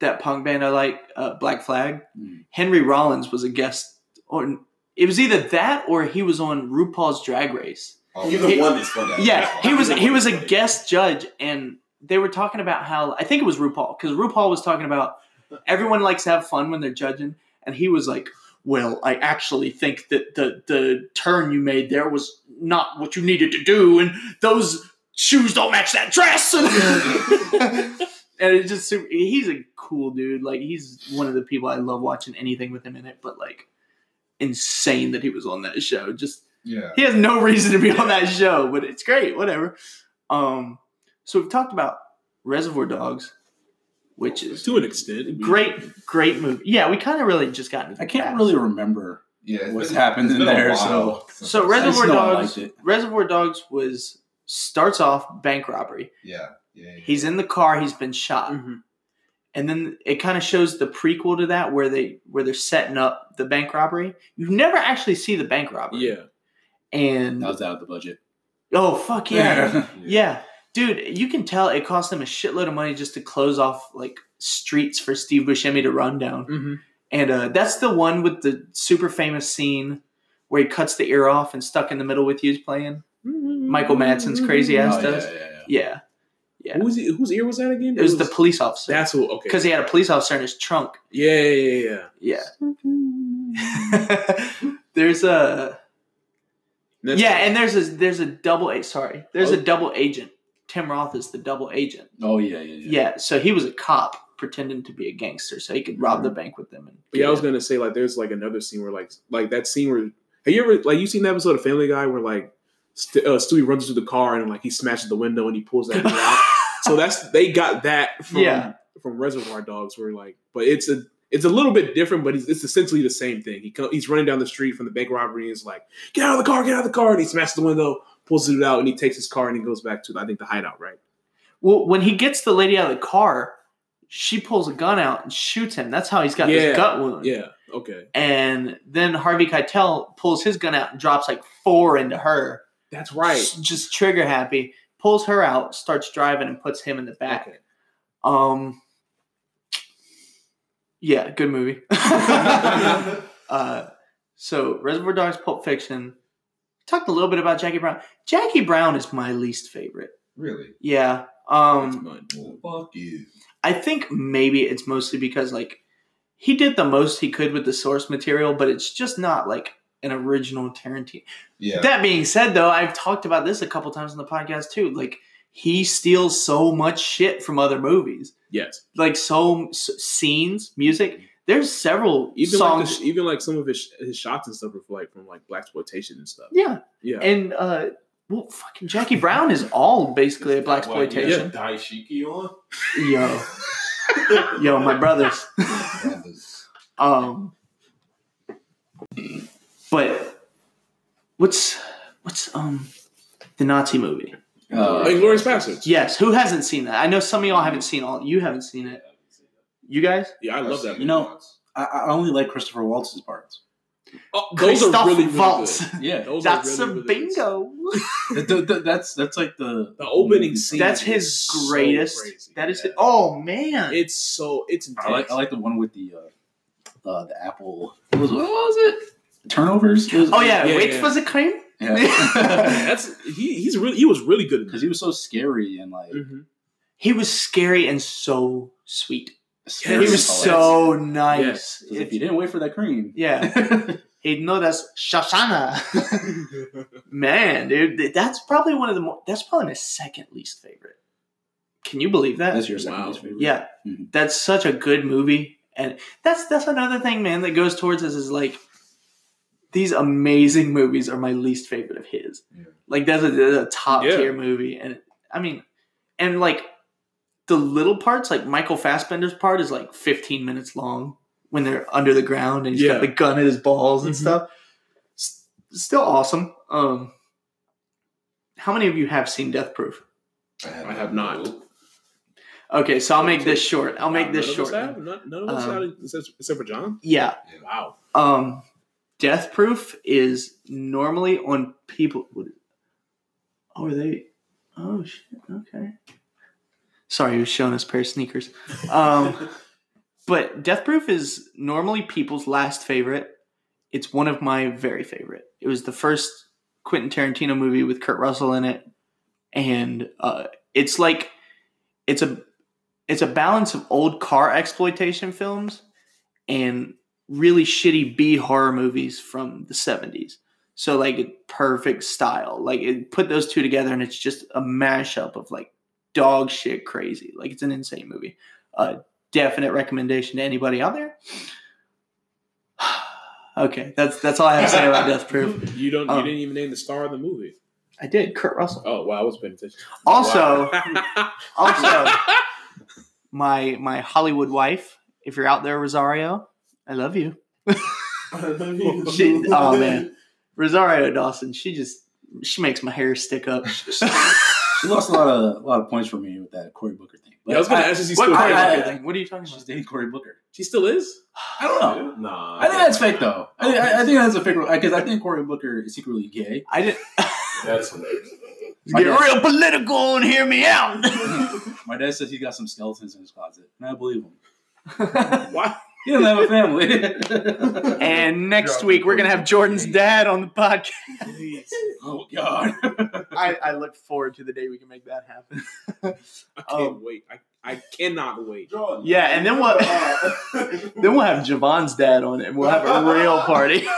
Speaker 1: that punk band I like, uh, Black Flag.
Speaker 3: Mm.
Speaker 1: Henry Rollins was a guest on. It was either that or he was on RuPaul's Drag Race.
Speaker 4: Oh,
Speaker 5: You're the
Speaker 1: He-
Speaker 5: one that's funny.
Speaker 1: Yeah, he was he was a guest judge, and they were talking about how I think it was RuPaul because RuPaul was talking about everyone likes to have fun when they're judging, and he was like, "Well, I actually think that the the turn you made there was not what you needed to do, and those shoes don't match that dress." and it just super, he's a cool dude. Like he's one of the people I love watching anything with him in it, but like insane that he was on that show. Just
Speaker 4: yeah.
Speaker 1: he has no reason to be on that show, but it's great, whatever. Um, so we've talked about Reservoir Dogs, which is
Speaker 2: to an extent.
Speaker 1: great, great movie. Yeah, we kind of really just got into.
Speaker 3: I can't
Speaker 1: that.
Speaker 3: really remember
Speaker 4: Yeah. it's
Speaker 3: what's
Speaker 4: been-
Speaker 3: happened
Speaker 4: it's
Speaker 3: in
Speaker 4: been a
Speaker 3: there.
Speaker 4: while
Speaker 3: So
Speaker 4: since
Speaker 1: So
Speaker 4: I've
Speaker 3: I just
Speaker 1: Reservoir
Speaker 3: know I
Speaker 1: Dogs.
Speaker 3: liked it.
Speaker 1: Reservoir Dogs was starts off bank robbery.
Speaker 4: seen- Yeah. Yeah. yeah.
Speaker 1: He's in the car. He's been shot,
Speaker 3: Mm-hmm.
Speaker 2: Mhm.
Speaker 1: and then it kind of shows the prequel to that where they where they're setting up the bank robbery. You never actually see the bank robbery.
Speaker 2: Yeah.
Speaker 1: and
Speaker 3: That was out of the budget.
Speaker 1: oh fuck yeah. Yeah. Dude, you can tell it cost them a shitload of money just to close off like streets for Steve Buscemi to run down.
Speaker 2: Mm-hmm.
Speaker 1: And uh, that's the one with the super famous scene where he cuts the ear off and stuck in the middle with you's playing. Mm-hmm. Michael Madsen's crazy
Speaker 2: Mm-hmm.
Speaker 1: ass
Speaker 3: Oh, yeah,
Speaker 1: does.
Speaker 3: yeah, yeah.
Speaker 1: Yeah. yeah.
Speaker 2: Who was he, whose ear was that again?
Speaker 1: It was the police officer.
Speaker 2: That's who. Okay.
Speaker 1: Because he had a police officer in his trunk.
Speaker 2: Yeah, yeah, yeah.
Speaker 1: Yeah. there's a
Speaker 2: That's-
Speaker 1: yeah, and there's a there's a double a sorry there's a double agent. Tim Roth is the double agent.
Speaker 3: Oh yeah, yeah, yeah.
Speaker 1: Yeah, so he was a cop pretending to be a gangster, so he could rob the bank with them. And
Speaker 2: But yeah, I was gonna say like there's like another scene where like like that scene where have you ever like you seen the episode of Family Guy where like St- uh, Stewie runs into the car and like he smashes the window and he pulls that thing out. So that's they got that from
Speaker 1: Yeah.
Speaker 2: from Reservoir Dogs where like but it's a it's a little bit different but it's, it's essentially the same thing. He co- he's running down the street from the bank robbery and is like get out of the car, get out of the car, and he smashes the window, pulls it out, and he takes his car and he goes back to I think the hideout, right?
Speaker 1: well, when he gets the lady out of the car, she pulls a gun out and shoots him. That's how he's got
Speaker 2: Yeah.
Speaker 1: this gut wound.
Speaker 2: Yeah. Okay.
Speaker 1: And then Harvey Keitel pulls his gun out and drops like four into her.
Speaker 2: That's right.
Speaker 1: S- Just trigger happy. Pulls her out, starts driving, and puts him in the back.
Speaker 2: Okay.
Speaker 1: Um. Yeah, good movie. Uh, so Reservoir Dogs, Pulp Fiction. Talked a little bit about Jackie Brown. Jackie Brown is my least favorite.
Speaker 4: really.
Speaker 1: Yeah.
Speaker 2: That's
Speaker 1: Um
Speaker 2: mine.
Speaker 3: Fuck you.
Speaker 1: I think maybe it's mostly because like he did the most he could with the source material, but it's just not like an original Tarantino.
Speaker 4: Yeah.
Speaker 1: That being said though, I've talked about this a couple times in the podcast too. Like he steals so much shit from other movies.
Speaker 2: Yes.
Speaker 1: Like so s- scenes, music. There's several
Speaker 2: even like
Speaker 1: songs.
Speaker 2: the, even like some of his his shots and stuff are like from like black exploitation and stuff.
Speaker 1: yeah.
Speaker 2: Yeah,
Speaker 1: And uh well fucking Jackie Brown is all basically a black exploitation.
Speaker 5: Daishiki on.
Speaker 1: Yo. Yo, my brothers.
Speaker 4: That was-
Speaker 1: Um But what's what's um the Nazi movie?
Speaker 3: Uh,
Speaker 2: like Glorious Bastards.
Speaker 1: Yes, who hasn't seen that? I know some of y'all haven't seen all you haven't seen it. You guys?
Speaker 2: Yeah, I
Speaker 4: I've
Speaker 2: love
Speaker 4: seen
Speaker 2: that.
Speaker 4: it
Speaker 2: Movie.
Speaker 3: know-
Speaker 4: once.
Speaker 3: I, I only like Christopher Waltz's parts.
Speaker 2: Oh, those are
Speaker 1: Christoph
Speaker 2: really, really
Speaker 1: Waltz.
Speaker 2: good.
Speaker 3: Yeah,
Speaker 2: Those are
Speaker 1: That's
Speaker 2: really,
Speaker 1: a
Speaker 2: really good.
Speaker 1: bingo.
Speaker 3: Th- th- th- that's that's like the
Speaker 2: The opening scene.
Speaker 1: That's
Speaker 2: is
Speaker 1: his
Speaker 2: so
Speaker 1: greatest.
Speaker 2: crazy.
Speaker 1: that is
Speaker 2: Yeah.
Speaker 1: it. Oh man.
Speaker 2: It's so it's intense.
Speaker 3: I like I like the one with the uh, uh the apple. What was, what was it? Turnovers. It was-
Speaker 1: oh yeah,
Speaker 2: Yeah,
Speaker 1: wait
Speaker 2: yeah.
Speaker 1: for the cream.
Speaker 3: yeah.
Speaker 2: That's he. He's really he was really good. In
Speaker 3: Because
Speaker 2: that.
Speaker 3: he was so scary and like
Speaker 1: Mm-hmm.
Speaker 2: Mhm.
Speaker 1: He was scary and so sweet.
Speaker 3: scary
Speaker 1: he
Speaker 3: as
Speaker 1: was
Speaker 3: hell.
Speaker 1: so nice.
Speaker 3: 'Cause If you didn't wait for that cream,
Speaker 1: yeah, he'd know that's Shoshana. Man, dude, th- that's probably one of the more. That's probably my second least favorite. Can you believe that?
Speaker 3: that's your second
Speaker 2: Wow.
Speaker 3: least favorite.
Speaker 1: yeah,
Speaker 3: Mhm.
Speaker 1: that's such a good movie, and that's that's another thing, man, that goes towards us is like these amazing movies are my least favorite of his.
Speaker 4: Yeah.
Speaker 1: Like that's a, that's a top
Speaker 2: Yeah.
Speaker 1: tier movie, and I mean, and like the little parts, like Michael Fassbender's part is like 15 minutes long. when they're under the ground and he's
Speaker 2: Yeah.
Speaker 1: got the gun at his balls and
Speaker 2: Mhm.
Speaker 1: stuff. S- still awesome. Um, how many of you have seen Death Proof?
Speaker 2: I have not.
Speaker 1: Okay, so I'll make this short. I'll make this
Speaker 2: Uh, None of us
Speaker 1: short.
Speaker 2: have? None, none of us
Speaker 1: Um,
Speaker 2: have, except, except for John.
Speaker 1: Yeah.
Speaker 2: Wow.
Speaker 1: Um, Death Proof is normally on people. Oh, are they? Oh shit. Okay. Sorry, he was showing us a pair of sneakers. Um, but Death Proof is normally people's last favorite. It's one of my very favorite. It was the first Quentin Tarantino movie with Kurt Russell in it, and uh, it's like it's a it's a balance of old car exploitation films and really shitty B horror movies from the seventies. So like perfect style. Like it, put those two together, and it's just a mashup of like dog shit crazy. Like it's an insane movie. Uh, definite recommendation to anybody out there. okay, that's that's all I have to say about Death Proof.
Speaker 2: You don't. you
Speaker 1: Um,
Speaker 2: didn't even name the star of the movie.
Speaker 1: I did. Kurt Russell.
Speaker 2: Oh wow, I was paying attention.
Speaker 1: Also,
Speaker 2: Wow.
Speaker 1: also, my my Hollywood wife. If you're out there, Rosario, I love you. She, oh man, Rosario Dawson. She just she makes my hair stick up.
Speaker 3: She lost a lot of a lot of points for me with that Cory Booker thing.
Speaker 2: yeah, I was going to
Speaker 3: I-
Speaker 2: ask if she's
Speaker 1: what,
Speaker 2: still
Speaker 1: Cory
Speaker 2: crazy.
Speaker 3: I-
Speaker 1: Booker thing? what are you talking
Speaker 3: she's
Speaker 1: about?
Speaker 3: dating Cory Booker.
Speaker 2: She still is.
Speaker 3: I don't know.
Speaker 5: Nah.
Speaker 3: I think that's fake though. I think, I, I think that's a fake because I think Cory Booker is secretly gay.
Speaker 1: I didn't
Speaker 5: That's hilarious.
Speaker 1: get real political and hear me out.
Speaker 3: My dad says he's got some skeletons in his closet, and I believe him.
Speaker 2: Why?
Speaker 3: He doesn't have a family.
Speaker 1: and next week we're gonna have Jordan's dad on the podcast.
Speaker 3: oh God!
Speaker 1: I, I look forward to the day we can make that happen.
Speaker 2: I can't
Speaker 1: Um,
Speaker 2: wait. I, I cannot wait.
Speaker 1: Yeah, and then what- Then we'll have Javon's dad on it. and We'll have a real party.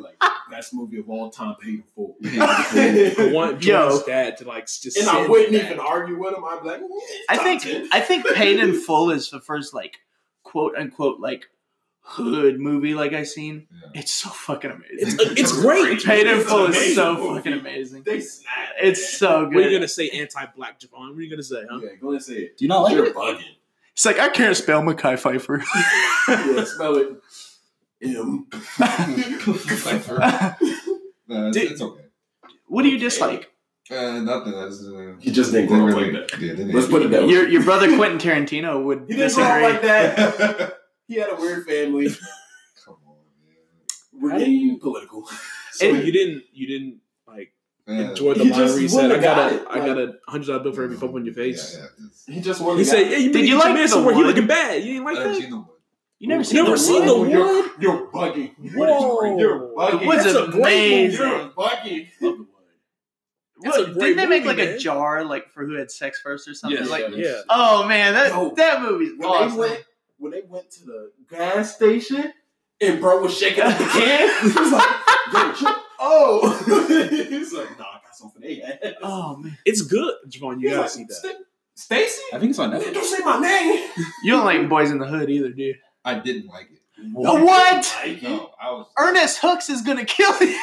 Speaker 5: Like, best movie of all time, paid in full.
Speaker 2: I
Speaker 5: and
Speaker 2: want
Speaker 1: Yo.
Speaker 2: Jordan's dad to like just. sit
Speaker 5: I wouldn't
Speaker 2: back.
Speaker 5: even argue with him. I'd be like, "Mm,
Speaker 1: I
Speaker 5: top
Speaker 1: think
Speaker 5: 10."
Speaker 1: I think Paid in Full is the first like quote unquote like hood movie like I seen.
Speaker 4: Yeah.
Speaker 1: It's so fucking amazing.
Speaker 2: It's, it's great.
Speaker 1: Paid in
Speaker 5: it's
Speaker 1: Full is
Speaker 5: amazing
Speaker 1: so
Speaker 5: movie.
Speaker 1: fucking amazing.
Speaker 5: they snap.
Speaker 1: It's so
Speaker 2: What are you
Speaker 1: good.
Speaker 2: gonna say, anti-black Javon? What are you gonna say, huh?
Speaker 5: Yeah, go ahead and say it.
Speaker 3: Do you not like
Speaker 5: You're
Speaker 3: it?
Speaker 5: bugging.
Speaker 1: It's like I can't spell Mackay Pfeiffer.
Speaker 5: Yeah, spell it.
Speaker 4: No,
Speaker 5: M.
Speaker 4: it's,
Speaker 1: Dude.
Speaker 4: it's okay.
Speaker 1: what do you dislike?
Speaker 4: Uh, nothing. That's, uh,
Speaker 5: He just didn't
Speaker 4: they
Speaker 5: grow up
Speaker 4: really-
Speaker 5: like that.
Speaker 4: Yeah, they
Speaker 5: Let's
Speaker 4: didn't.
Speaker 5: put it that way.
Speaker 1: Your your brother Quentin Tarantino would
Speaker 5: he didn't grow up
Speaker 1: disagree.
Speaker 5: like that. He had a weird family.
Speaker 4: Come on, man.
Speaker 5: We're getting political.
Speaker 2: So
Speaker 1: It-
Speaker 2: you didn't, you didn't like
Speaker 4: Yeah.
Speaker 2: enjoy the
Speaker 5: He
Speaker 2: line
Speaker 5: just
Speaker 2: where he said, "I
Speaker 5: wouldn't
Speaker 2: got
Speaker 5: have
Speaker 2: a,
Speaker 5: got
Speaker 2: I
Speaker 5: it,
Speaker 2: got a hundred dollar bill for every
Speaker 4: Mhm.
Speaker 2: pop on your face."
Speaker 4: Yeah, yeah. It's-
Speaker 5: He just wanted.
Speaker 2: He said, "Yeah, you
Speaker 1: Did
Speaker 2: did
Speaker 1: you
Speaker 2: you
Speaker 1: like
Speaker 2: like man
Speaker 1: the
Speaker 2: somewhere? He
Speaker 1: one?
Speaker 2: looking bad. You ain't like
Speaker 4: I haven't
Speaker 2: that?
Speaker 4: seen the one.
Speaker 1: You never
Speaker 2: You
Speaker 1: seen
Speaker 2: never
Speaker 1: the
Speaker 2: seen
Speaker 1: Wood?
Speaker 2: the
Speaker 5: Wood?
Speaker 2: wood?
Speaker 5: You're bugging. What is
Speaker 2: Whoa.
Speaker 5: You're bugging.
Speaker 1: The Wood's
Speaker 5: That's a great
Speaker 1: amazing.
Speaker 5: movie. You're bugging.
Speaker 3: Love the wood.
Speaker 2: That's a
Speaker 1: What-
Speaker 2: great
Speaker 1: Didn't they make
Speaker 2: movie,
Speaker 1: like a
Speaker 2: man.
Speaker 1: jar like for who had sex first or something?
Speaker 3: Yes.
Speaker 1: Like,
Speaker 2: Yeah.
Speaker 1: oh man, that
Speaker 5: Yo.
Speaker 1: that movie's
Speaker 5: When
Speaker 1: awesome.
Speaker 5: they went, when they went to the gas station, and bro was shaking up the can, he was like, "Yo, chill." "Oh," he's like, "Nah, I got something." They had.
Speaker 1: oh man,
Speaker 2: It's good, Javon. You
Speaker 5: He's
Speaker 2: gotta
Speaker 5: like,
Speaker 2: see that.
Speaker 5: "Sta- Stacy,
Speaker 3: I think it's on
Speaker 5: don't
Speaker 3: Netflix.
Speaker 5: say my name.
Speaker 1: you don't like Boys in the Hood either, do you?
Speaker 4: I didn't like it.
Speaker 1: What?
Speaker 5: Like,
Speaker 4: No, I was.
Speaker 1: Ernest Hooks is gonna kill you.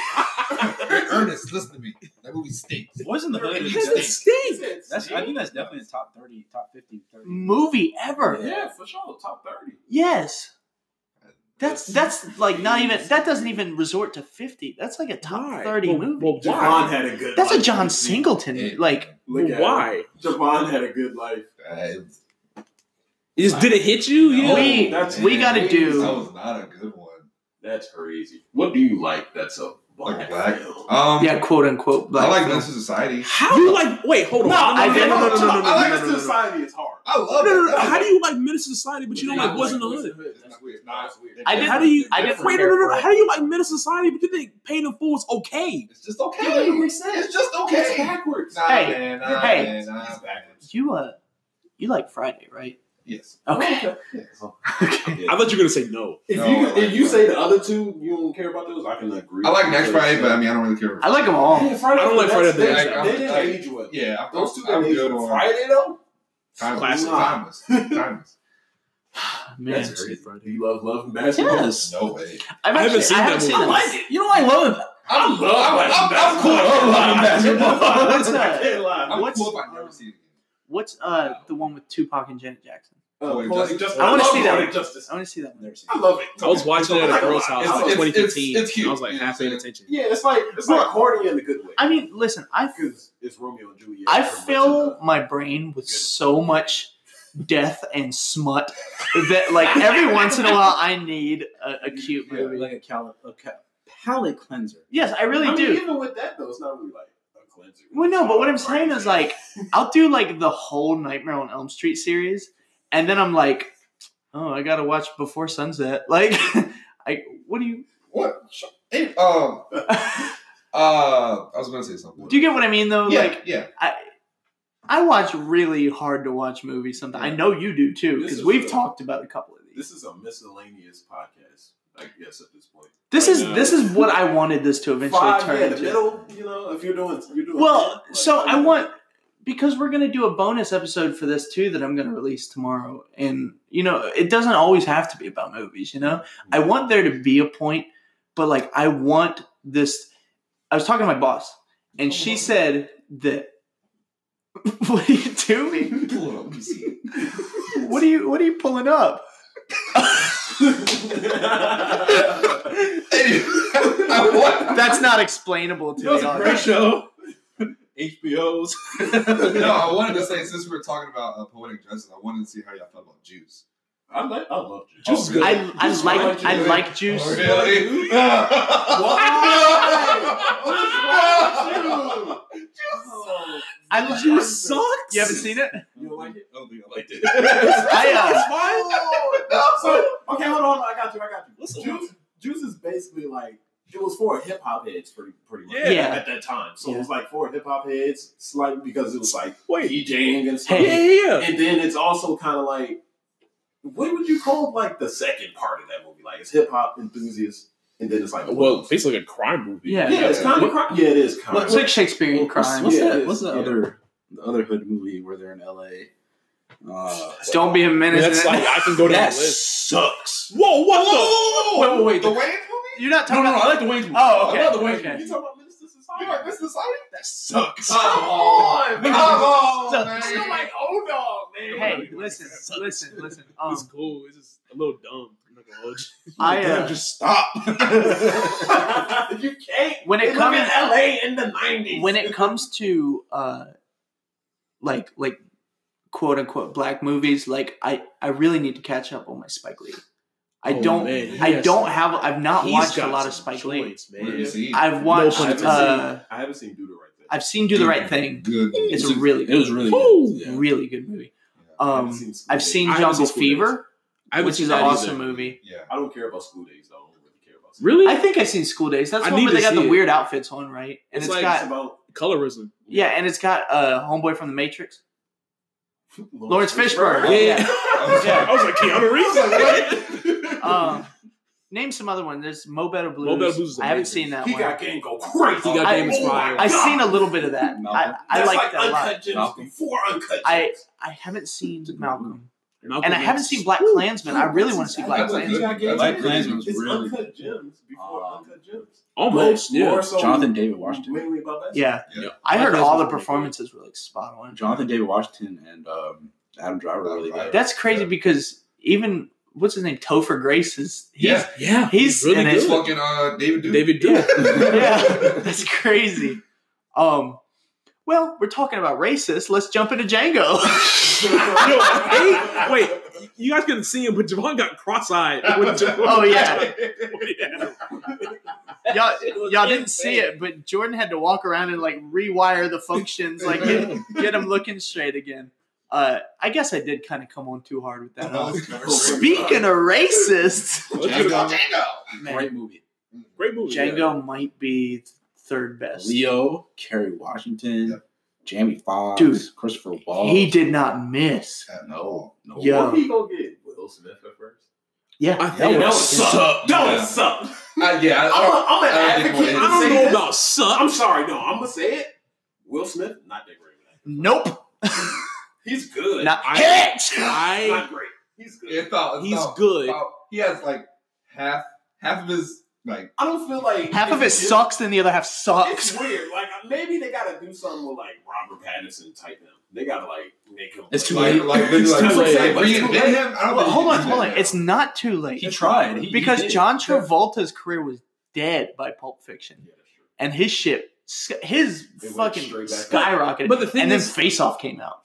Speaker 4: Ernest, listen to me. That movie stinks.
Speaker 3: Boys in the Hood.
Speaker 4: It
Speaker 3: is-
Speaker 4: doesn't
Speaker 3: That's,
Speaker 2: stink.
Speaker 3: that's- I think that's definitely a top thirty, top 50, 30.
Speaker 1: movie ever.
Speaker 5: yeah, for sure, top thirty.
Speaker 1: Yes. That's that's like not even that doesn't even resort to fifty. That's like a top
Speaker 2: Why?
Speaker 1: thirty
Speaker 2: Well,
Speaker 1: movie.
Speaker 2: well,
Speaker 5: Javon
Speaker 2: why?
Speaker 5: had a good.
Speaker 1: that's a
Speaker 5: life.
Speaker 1: John Singleton.
Speaker 4: Hey,
Speaker 1: Like
Speaker 5: Look at him.
Speaker 2: Why?
Speaker 5: Javon had a good life.
Speaker 4: I,
Speaker 2: It just did it hit you?
Speaker 4: No.
Speaker 2: Yeah.
Speaker 1: we
Speaker 5: that's-
Speaker 1: we gotta
Speaker 4: that
Speaker 1: do.
Speaker 4: was not a good one.
Speaker 5: That's crazy. What do you like? That's a
Speaker 4: Like black.
Speaker 5: film?
Speaker 4: Um,
Speaker 1: Yeah, quote unquote. Black
Speaker 4: I like
Speaker 1: film.
Speaker 4: Menace to Society.
Speaker 2: How you like? Wait, hold on.
Speaker 1: No, I didn't-
Speaker 2: No, no, no, no, no, no,
Speaker 5: I like
Speaker 2: no, no,
Speaker 5: to
Speaker 2: no, no.
Speaker 5: society is hard.
Speaker 4: I
Speaker 2: No,
Speaker 4: love it.
Speaker 2: no, no. How do you like Menace to Society, but you don't like Boys in the Hood?
Speaker 4: That's weird.
Speaker 5: Nah, it's weird.
Speaker 1: I didn't-
Speaker 2: How do you?
Speaker 1: I didn't
Speaker 2: wait, no,
Speaker 1: prepare
Speaker 2: no, no,
Speaker 1: for
Speaker 2: no.
Speaker 1: it.
Speaker 2: How do you like Men of Society, but you think Pain and Fool is okay?
Speaker 4: It's just okay.
Speaker 5: It doesn't make sense.
Speaker 4: It's just okay.
Speaker 5: It's backwards.
Speaker 4: Nah,
Speaker 1: Hey,
Speaker 4: man, nah,
Speaker 1: hey.
Speaker 4: man, nah.
Speaker 5: It's backwards.
Speaker 1: You uh, you like Friday, right?
Speaker 4: Yes.
Speaker 2: Oh,
Speaker 1: Okay.
Speaker 4: Oh,
Speaker 2: I thought you were gonna say no.
Speaker 5: If
Speaker 4: No,
Speaker 5: you
Speaker 4: I like
Speaker 5: if you
Speaker 4: that.
Speaker 5: say the other two, you don't care about those. I can agree.
Speaker 4: I like Next Friday, but I mean, I don't really care.
Speaker 1: I like them all.
Speaker 5: Yeah, Friday
Speaker 2: I don't like
Speaker 5: that's-
Speaker 2: Friday the
Speaker 5: that's-
Speaker 4: Next-
Speaker 5: They
Speaker 4: I'm-
Speaker 5: didn't
Speaker 4: I-
Speaker 5: age well.
Speaker 4: Yeah, I'm-
Speaker 5: Those two
Speaker 4: I'm
Speaker 5: didn't age
Speaker 4: good
Speaker 5: well.
Speaker 4: on
Speaker 5: Friday though.
Speaker 4: Timeless.
Speaker 2: Classic.
Speaker 4: Timeless. Timeless.
Speaker 1: Man,
Speaker 5: That's crazy. Do you love love and basketball?
Speaker 3: Yes.
Speaker 4: No way.
Speaker 1: I've
Speaker 2: I haven't
Speaker 1: actually-
Speaker 2: seen
Speaker 1: I
Speaker 2: that
Speaker 1: haven't seen
Speaker 2: movie.
Speaker 1: them.
Speaker 2: I like
Speaker 3: You know I love it.
Speaker 5: I
Speaker 4: I'm-
Speaker 5: love
Speaker 4: I'm, I'm,
Speaker 5: watching
Speaker 4: I'm cool.
Speaker 5: basketball.
Speaker 4: I'm loving
Speaker 5: I
Speaker 4: basketball.
Speaker 1: What's
Speaker 5: can't
Speaker 1: uh,
Speaker 5: lie.
Speaker 4: I'm
Speaker 1: What's-
Speaker 4: cool if I never see it again.
Speaker 1: what's uh the one with Tupac and Janet Jackson?
Speaker 5: Uh, Uh,
Speaker 4: Poetic
Speaker 5: poetic
Speaker 4: Justice.
Speaker 5: justice.
Speaker 1: I wanna
Speaker 5: love
Speaker 1: see that.
Speaker 5: Poetic justice.
Speaker 1: I want to see that one.
Speaker 3: Never seen
Speaker 5: I love it.
Speaker 2: I was watching it at a
Speaker 5: Like,
Speaker 2: girl's house in
Speaker 5: it's-
Speaker 2: like
Speaker 5: it's-
Speaker 2: 2015.
Speaker 5: it's cute.
Speaker 2: and I was like
Speaker 4: You know
Speaker 2: half
Speaker 4: what I'm
Speaker 2: paying
Speaker 4: saying?
Speaker 2: attention.
Speaker 5: Yeah, it's like it's like corny in a good way.
Speaker 1: I mean, listen, I
Speaker 5: Because it's Romeo and Juliet.
Speaker 1: I
Speaker 5: pretty much in
Speaker 1: fill
Speaker 5: the-
Speaker 1: my brain with so much death and smut that, like, every once in a while, I need a, a cute
Speaker 3: it.
Speaker 1: movie.
Speaker 3: Like a, cal- a ca- palate cleanser.
Speaker 1: Yes, I really
Speaker 5: I mean,
Speaker 1: do.
Speaker 5: Even with that though, it's not really like a cleanser.
Speaker 1: Well, no, but what I'm
Speaker 5: It's
Speaker 1: saying is, like, I'll do like the whole Nightmare on Elm Street series, and then I'm like, oh, I gotta watch Before Sunset. Like, I what do you
Speaker 4: What? Sh- Hey, um, uh, I was gonna say something.
Speaker 1: do? You get what I mean, though?
Speaker 4: yeah,
Speaker 1: Like,
Speaker 4: yeah.
Speaker 1: I watch really hard to watch movies. Sometimes I know you do too,
Speaker 5: This
Speaker 1: because
Speaker 5: is
Speaker 1: we've
Speaker 5: a-
Speaker 1: talked about a couple of these.
Speaker 5: this is a miscellaneous podcast, I guess at this point.
Speaker 1: This
Speaker 5: I
Speaker 1: is
Speaker 5: know.
Speaker 1: this is what I wanted this to eventually
Speaker 5: Five
Speaker 1: turn
Speaker 5: yeah, the
Speaker 1: into.
Speaker 5: middle, you know, if you're doing, you're doing.
Speaker 1: Well,
Speaker 5: ten, like,
Speaker 1: so I want because we're gonna do a bonus episode for this too that I'm gonna release tomorrow, and you know it doesn't always have to be about movies. You know, I want there to be a point, but like I want this. I was talking to my boss, and she said that. What are you doing?
Speaker 4: Pull it up. Let me see.
Speaker 1: What are you What are you pulling up?
Speaker 4: Hey, I want-
Speaker 1: That's not explainable to
Speaker 2: That was
Speaker 1: me.
Speaker 2: a great
Speaker 1: honestly.
Speaker 2: show. HBO's.
Speaker 4: no, I wanted to say since we were talking about uh, poetic justice, I wanted to see how y'all felt about Juice.
Speaker 5: I like, I love you.
Speaker 2: Juice is good.
Speaker 1: I I like I like
Speaker 4: Oh,
Speaker 1: juice.
Speaker 4: really?
Speaker 5: Why? Oh,
Speaker 1: I like
Speaker 2: Juice sucks.
Speaker 1: You haven't seen it?
Speaker 5: You don't like it?
Speaker 4: I don't think I liked it.
Speaker 1: I
Speaker 5: So, okay, hold on. I got you. I got you. Juice, Juice is basically like it was for hip hop heads, pretty pretty much
Speaker 2: Yeah.
Speaker 1: Yeah.
Speaker 5: at that time. So it was like for hip hop heads, slightly because it was like
Speaker 2: Wait.
Speaker 5: DJing and
Speaker 2: Yeah,
Speaker 5: stuff.
Speaker 2: yeah, yeah.
Speaker 5: And then it's also kind of like, what would you call like the second part of that movie? Like it's hip hop enthusiasts, and then it's like,
Speaker 2: Well, it's basically like a crime movie.
Speaker 1: Yeah.
Speaker 5: yeah, it's kind of yeah, it is kind
Speaker 1: uh,
Speaker 5: of.
Speaker 1: it's like Shakespearean crime.
Speaker 3: What's
Speaker 5: Yeah,
Speaker 3: that? What's
Speaker 5: it's-
Speaker 3: that
Speaker 5: yeah.
Speaker 3: other the other hood movie where they're in L.A. Uh,
Speaker 1: Don't be a
Speaker 2: I
Speaker 1: menace.
Speaker 2: mean, that's like I can go down
Speaker 3: that
Speaker 2: the list.
Speaker 3: sucks.
Speaker 2: Whoa, what
Speaker 4: Whoa!
Speaker 3: Oh,
Speaker 2: Wait, wait, wait.
Speaker 4: Oh, The Wayne movie?
Speaker 1: You're not
Speaker 2: the? No,
Speaker 1: talking
Speaker 2: no, no. I
Speaker 1: about.
Speaker 2: like the Wayne's movie.
Speaker 1: Oh, okay.
Speaker 2: I love the Wayne's
Speaker 1: Okay.
Speaker 2: movie.
Speaker 5: you talking about Minister Society?
Speaker 4: You like this society?
Speaker 2: That sucks.
Speaker 4: Come on, come on,
Speaker 1: Sucks.
Speaker 5: You're
Speaker 4: man.
Speaker 5: like old dog, man.
Speaker 1: Hey, listen, listen, listen. Um,
Speaker 2: it's cool. It's just a little dumb. I'm not gonna hold you.
Speaker 1: I
Speaker 4: Damn,
Speaker 1: uh,
Speaker 4: just stop.
Speaker 5: you can't.
Speaker 1: when it
Speaker 5: They live
Speaker 1: comes
Speaker 5: in LA in the nineties.
Speaker 1: when it comes to uh, like like quote unquote black movies, like I I really need to catch up on my Spike Lee. I
Speaker 2: Oh,
Speaker 1: don't
Speaker 2: man, he
Speaker 1: I
Speaker 2: has
Speaker 1: don't
Speaker 2: some-
Speaker 1: have I've not
Speaker 2: He's
Speaker 1: watched a
Speaker 2: got
Speaker 1: lot of
Speaker 2: some
Speaker 1: Spike Lee.
Speaker 2: joints,
Speaker 4: What did you
Speaker 2: man.
Speaker 4: see?
Speaker 1: I've
Speaker 5: I
Speaker 1: watched
Speaker 2: pun
Speaker 5: haven't,
Speaker 2: intended.
Speaker 1: uh,
Speaker 5: seen, I haven't seen Do the Right Thing.
Speaker 1: I've seen Do the Right Thing.
Speaker 4: Good.
Speaker 1: It's a really
Speaker 3: It was really
Speaker 2: Woo!
Speaker 3: good. Yeah.
Speaker 1: really good movie.
Speaker 5: I haven't
Speaker 1: Um,
Speaker 5: seen School
Speaker 1: I've
Speaker 5: Days.
Speaker 1: seen
Speaker 2: I haven't
Speaker 1: Jungle
Speaker 2: seen School Days.
Speaker 1: Fever,
Speaker 2: I haven't
Speaker 1: which
Speaker 2: seen
Speaker 1: is an
Speaker 2: that either.
Speaker 1: awesome movie.
Speaker 4: Yeah.
Speaker 5: I don't care about School Days though. I don't really care about. School
Speaker 2: Really?
Speaker 1: I think I've seen School Days. That's
Speaker 2: I
Speaker 1: the one
Speaker 2: need
Speaker 1: where they
Speaker 2: to
Speaker 1: got the
Speaker 2: see it.
Speaker 1: weird outfits on, right? And
Speaker 2: It's
Speaker 1: it's
Speaker 2: like-
Speaker 1: got
Speaker 5: Days. about
Speaker 2: Colorism.
Speaker 1: Yeah, and it's got uh, homeboy from the Matrix. Lawrence Fishburne.
Speaker 5: Fishburne.
Speaker 1: Yeah.
Speaker 2: I was like Keanu Reeves.
Speaker 1: Um, name some other one. There's Mo Better Blues.
Speaker 2: Mo Better Blues is
Speaker 1: I haven't
Speaker 2: amazing.
Speaker 1: seen that
Speaker 5: He
Speaker 1: one.
Speaker 5: got game go crazy.
Speaker 2: He got
Speaker 1: I-
Speaker 2: game inspired.
Speaker 1: I've seen a little bit of that.
Speaker 3: No.
Speaker 1: I, I
Speaker 5: That's
Speaker 1: like that a
Speaker 5: uncut
Speaker 1: lot.
Speaker 5: Gems
Speaker 3: Malcolm.
Speaker 5: before uncut.
Speaker 1: I-
Speaker 5: Gems.
Speaker 1: I haven't seen Malcolm,
Speaker 2: Malcolm
Speaker 1: and I
Speaker 2: X.
Speaker 1: haven't seen Black Klansman. I really want to see Black
Speaker 4: That's a
Speaker 1: Klansman.
Speaker 4: good-
Speaker 5: Black
Speaker 4: that's a
Speaker 3: Black
Speaker 4: good-
Speaker 3: Klansman was
Speaker 5: It's
Speaker 3: really
Speaker 5: uncut gems before
Speaker 3: Um,
Speaker 5: uncut gems.
Speaker 2: almost.
Speaker 5: But
Speaker 2: Yeah.
Speaker 5: more so
Speaker 3: Jonathan David Washington.
Speaker 5: Mainly about that.
Speaker 1: Yeah,
Speaker 4: Yeah.
Speaker 1: I heard
Speaker 2: Black
Speaker 1: all the
Speaker 2: Klansman.
Speaker 1: performances were like spot on.
Speaker 3: Jonathan David Washington and um, Adam Driver are really good.
Speaker 1: That's crazy
Speaker 4: Yeah.
Speaker 1: because even what's his name, Topher Grace is he's
Speaker 2: Yeah.
Speaker 1: He's
Speaker 2: really
Speaker 1: in
Speaker 2: good.
Speaker 1: his
Speaker 4: It's fucking uh, David Duke.
Speaker 2: David Duke.
Speaker 1: Yeah. yeah, that's crazy. Um, well, we're talking about racist. Let's jump into Django.
Speaker 2: Yo, hey, wait. You guys couldn't see him, but Javon got cross-eyed. When Javon
Speaker 1: Oh, yeah.
Speaker 2: yeah.
Speaker 1: y'all, y'all didn't see it, but Jordan had to walk around and like rewire the functions, like get, get him looking straight again. Uh, I guess I did kind of come on too hard with that.
Speaker 4: That
Speaker 2: Uh-huh.
Speaker 4: was covered.
Speaker 1: Speaking of racists,
Speaker 4: Django.
Speaker 1: man,
Speaker 3: Great movie.
Speaker 2: Great movie.
Speaker 1: Django might be third best.
Speaker 3: Leo, Kerry Washington,
Speaker 4: Yep.
Speaker 3: Jamie Foxx,
Speaker 1: Dude.
Speaker 3: Christopher Walken.
Speaker 1: He did not miss.
Speaker 4: At all.
Speaker 3: No, no.
Speaker 1: Yeah.
Speaker 5: What he gonna get? Will Smith at first?
Speaker 1: Yeah,
Speaker 2: I think
Speaker 4: Yeah,
Speaker 5: That
Speaker 4: would
Speaker 5: would
Speaker 4: suck.
Speaker 5: suck. That would
Speaker 4: Yeah.
Speaker 5: suck.
Speaker 4: Uh, yeah, I,
Speaker 5: I'm, a, I'm an
Speaker 4: I don't think
Speaker 5: advocate.
Speaker 4: we'll
Speaker 2: I
Speaker 5: to
Speaker 2: don't
Speaker 5: say
Speaker 2: know
Speaker 5: this.
Speaker 2: about suck.
Speaker 5: I'm sorry. No, I'm gonna say it. Will Smith not that great. Man.
Speaker 1: nope,
Speaker 5: He's good.
Speaker 1: not
Speaker 2: I-
Speaker 1: catch.
Speaker 2: I
Speaker 5: not great. He's good.
Speaker 4: It felt- it
Speaker 2: he's
Speaker 4: felt-
Speaker 2: good.
Speaker 4: felt- he has like half half of his Like,
Speaker 5: I don't feel like
Speaker 1: Half of it
Speaker 5: it's-
Speaker 1: sucks, and the other half
Speaker 5: It's
Speaker 1: sucks.
Speaker 5: weird. Like maybe they gotta do something with like Robert Pattinson type him. They gotta like make him.
Speaker 3: It's too
Speaker 4: like,
Speaker 3: late.
Speaker 4: like, literally,
Speaker 3: It's
Speaker 4: like,
Speaker 5: too late.
Speaker 4: like, reinvent
Speaker 5: It's too late.
Speaker 4: him? I don't
Speaker 1: Well,
Speaker 4: think
Speaker 1: hold
Speaker 4: you
Speaker 1: on,
Speaker 4: can
Speaker 1: hold
Speaker 4: do
Speaker 1: on.
Speaker 4: that.
Speaker 1: It's not too late
Speaker 3: He tried. He- he
Speaker 1: because
Speaker 3: did.
Speaker 1: John Travolta's career was dead by Pulp Fiction,
Speaker 5: Yeah, that's true.
Speaker 1: and his shit, sk- his
Speaker 5: It went
Speaker 1: fucking
Speaker 5: straight back
Speaker 1: skyrocketed.
Speaker 2: But the thing
Speaker 1: and then
Speaker 2: is-
Speaker 1: Face Off came out.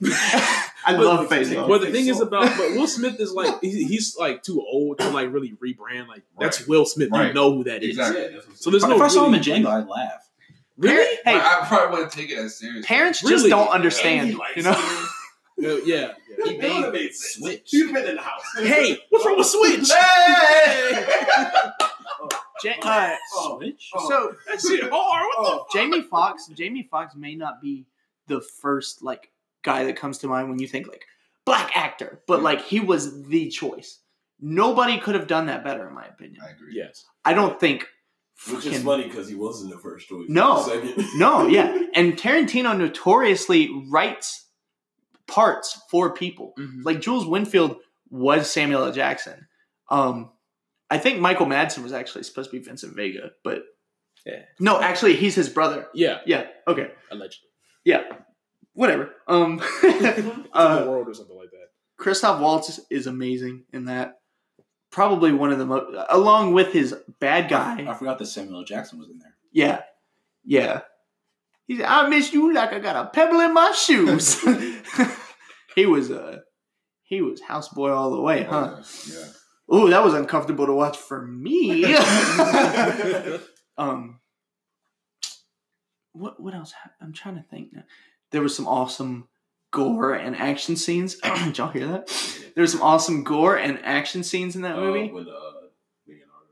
Speaker 1: I love Face Off.
Speaker 2: Well, the thing is about but Will Smith is like he- he's like too old to like really rebrand. Like that's
Speaker 4: Right.
Speaker 2: Will Smith. You
Speaker 4: Right.
Speaker 2: know who that is.
Speaker 4: Exactly.
Speaker 5: Yeah, that's what I'm
Speaker 2: So
Speaker 5: saying.
Speaker 2: there's
Speaker 3: If
Speaker 2: no.
Speaker 3: I saw him
Speaker 2: really-
Speaker 3: in Django, I'd laugh.
Speaker 1: Really?
Speaker 4: Like,
Speaker 1: Hey,
Speaker 4: I probably wouldn't take it as seriously.
Speaker 1: parents just
Speaker 2: Really?
Speaker 1: don't
Speaker 5: And
Speaker 1: understand.
Speaker 5: he likes
Speaker 1: You know.
Speaker 5: him.
Speaker 2: Yeah, yeah. yeah.
Speaker 5: He
Speaker 4: made
Speaker 5: made made sense.
Speaker 3: Switch.
Speaker 5: You've been in the house.
Speaker 2: Hey, what's wrong with Switch?
Speaker 4: Hey!
Speaker 1: Ja- uh,
Speaker 5: Oh,
Speaker 3: Switch?
Speaker 5: oh.
Speaker 1: so
Speaker 2: That shit hard. What
Speaker 5: oh.
Speaker 1: Jamie Fox, Jamie Fox may not be the first like guy that comes to mind when you think like black actor, but like he was the choice. Nobody could have done that better, in my opinion.
Speaker 4: I agree.
Speaker 2: the- Yes.
Speaker 1: I don't think.
Speaker 5: Which is
Speaker 1: fucking-
Speaker 5: funny because he wasn't the first choice.
Speaker 1: No.
Speaker 5: Second.
Speaker 1: No, yeah, and Tarantino notoriously writes parts for people.
Speaker 5: Mm-hmm.
Speaker 2: Mhm.
Speaker 1: Like Jules Winfield was Samuel L. Jackson. Um, I think Michael Madsen was actually supposed to be Vincent Vega, but
Speaker 2: Yeah.
Speaker 1: no, actually he's his brother.
Speaker 2: Yeah.
Speaker 1: Yeah. Okay.
Speaker 2: Allegedly.
Speaker 1: Yeah. Whatever. Um.
Speaker 2: in
Speaker 1: uh,
Speaker 2: the world or something like that.
Speaker 1: Christoph Waltz is amazing in that. Probably one of the most, along with his bad
Speaker 3: I
Speaker 5: Uh-huh.
Speaker 1: guy.
Speaker 3: forgot that Samuel L. Jackson was in there.
Speaker 1: Yeah, yeah. He's I miss you like I got a pebble in my shoes. he was uh, he was houseboy all the way, huh?
Speaker 4: Yeah.
Speaker 1: Ooh, that was uncomfortable to watch for me. um, what what else? hap- I'm trying to think. Now. There was some awesome gore and action scenes. Did y'all hear that? There was some awesome gore and action scenes in that
Speaker 2: Oh.
Speaker 1: movie.
Speaker 5: Uh, when, uh, Leonardo.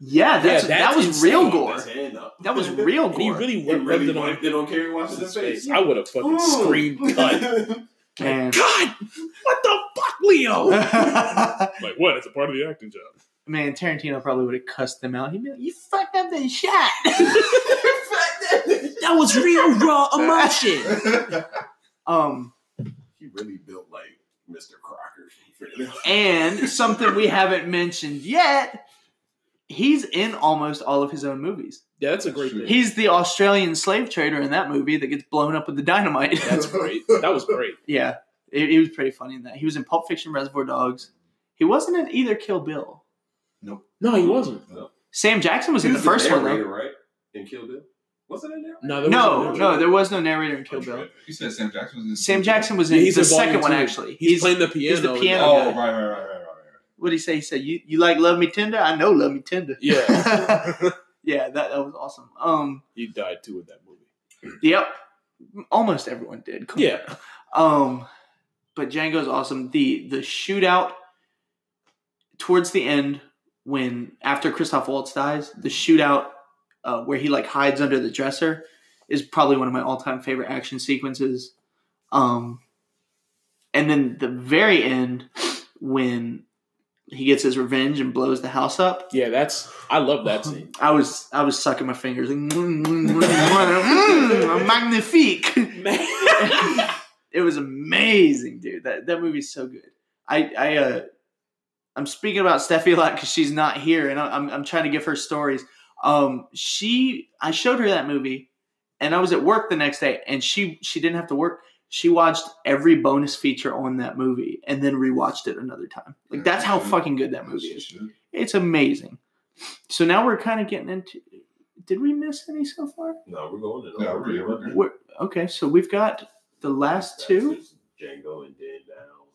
Speaker 1: yeah, that's,
Speaker 2: Yeah, that's
Speaker 1: that was
Speaker 2: insane.
Speaker 1: real
Speaker 5: Put
Speaker 1: gore.
Speaker 5: his hand up.
Speaker 1: That was real
Speaker 2: And he
Speaker 1: gore.
Speaker 2: really
Speaker 5: It
Speaker 2: went
Speaker 5: really
Speaker 2: really on
Speaker 5: wiped it on Kerry Washington's
Speaker 2: his
Speaker 5: face.
Speaker 2: face. I would have fucking
Speaker 5: Ooh.
Speaker 2: screamed cut.
Speaker 1: And-
Speaker 2: God, what the fuck, Leo?
Speaker 1: Man,
Speaker 2: like what? It's a part of the acting job.
Speaker 1: Tarantino probably would have cussed them out. He'd be like, "You fucked up the shot." that was real raw emotion. Um,
Speaker 5: He really built like Mr. Crocker. for this.
Speaker 1: and something we haven't mentioned yet. He's in almost all of his own movies.
Speaker 2: Yeah, that's a great thing.
Speaker 1: He's the Australian slave trader in that movie that gets blown up with the dynamite.
Speaker 2: That's great. That was great.
Speaker 1: yeah, it, it was pretty funny in that. He was in Pulp Fiction, Reservoir Dogs. He wasn't in either Kill Bill.
Speaker 2: No, he wasn't.
Speaker 1: Sam Jackson was
Speaker 5: He
Speaker 1: in the
Speaker 5: was
Speaker 1: first one
Speaker 5: narrator,
Speaker 1: though.
Speaker 5: right? In Kill Bill. Wasn't it there?
Speaker 2: No, there
Speaker 1: No,
Speaker 2: wasn't.
Speaker 1: no, there was no narrator in Kill Bill.
Speaker 4: You said Sam Jackson was in
Speaker 1: Sam Jackson was in
Speaker 2: Yeah, he's
Speaker 1: the
Speaker 2: in volume
Speaker 1: second one
Speaker 2: two.
Speaker 1: actually.
Speaker 2: He's, playing the piano.
Speaker 1: he's the
Speaker 2: in
Speaker 4: Oh,
Speaker 1: piano.
Speaker 4: right, right, right, right, right, right.
Speaker 1: what did he say? He said, "You you like Love Me Tender? I know Love Me Tender."
Speaker 2: Yeah,
Speaker 1: yeah, that, that was awesome. Um,
Speaker 2: he died too in that movie.
Speaker 1: yep, almost everyone did. Come on.
Speaker 2: Yeah,
Speaker 1: Um, but Django's awesome. The the shootout towards the end when after Christoph Waltz dies, the shootout uh, where he like hides under the dresser is probably one of my all time favorite action sequences. Um, and then the very end when he gets his revenge and blows the house up.
Speaker 2: yeah. That's I love that scene.
Speaker 1: I was I was sucking my fingers. like, mm, mm, mm, mm, magnifique. it was amazing, dude. That that movie's so good. I I uh, I'm speaking about Steffi a lot because she's not here, and I- I'm I'm trying to give her stories. Um, she I showed her that movie, and I was at work the next day, and she she didn't have to work. She watched every bonus feature on that movie and then rewatched it another time. Like that's
Speaker 4: Mm-hmm.
Speaker 1: how fucking good that movie is. It's amazing. So now we're kind of getting into. Did we miss any so far?
Speaker 5: No, we're going to.
Speaker 4: No, we're- we're-
Speaker 1: We're, okay, so we've got the last two.
Speaker 5: That's just Django and then down.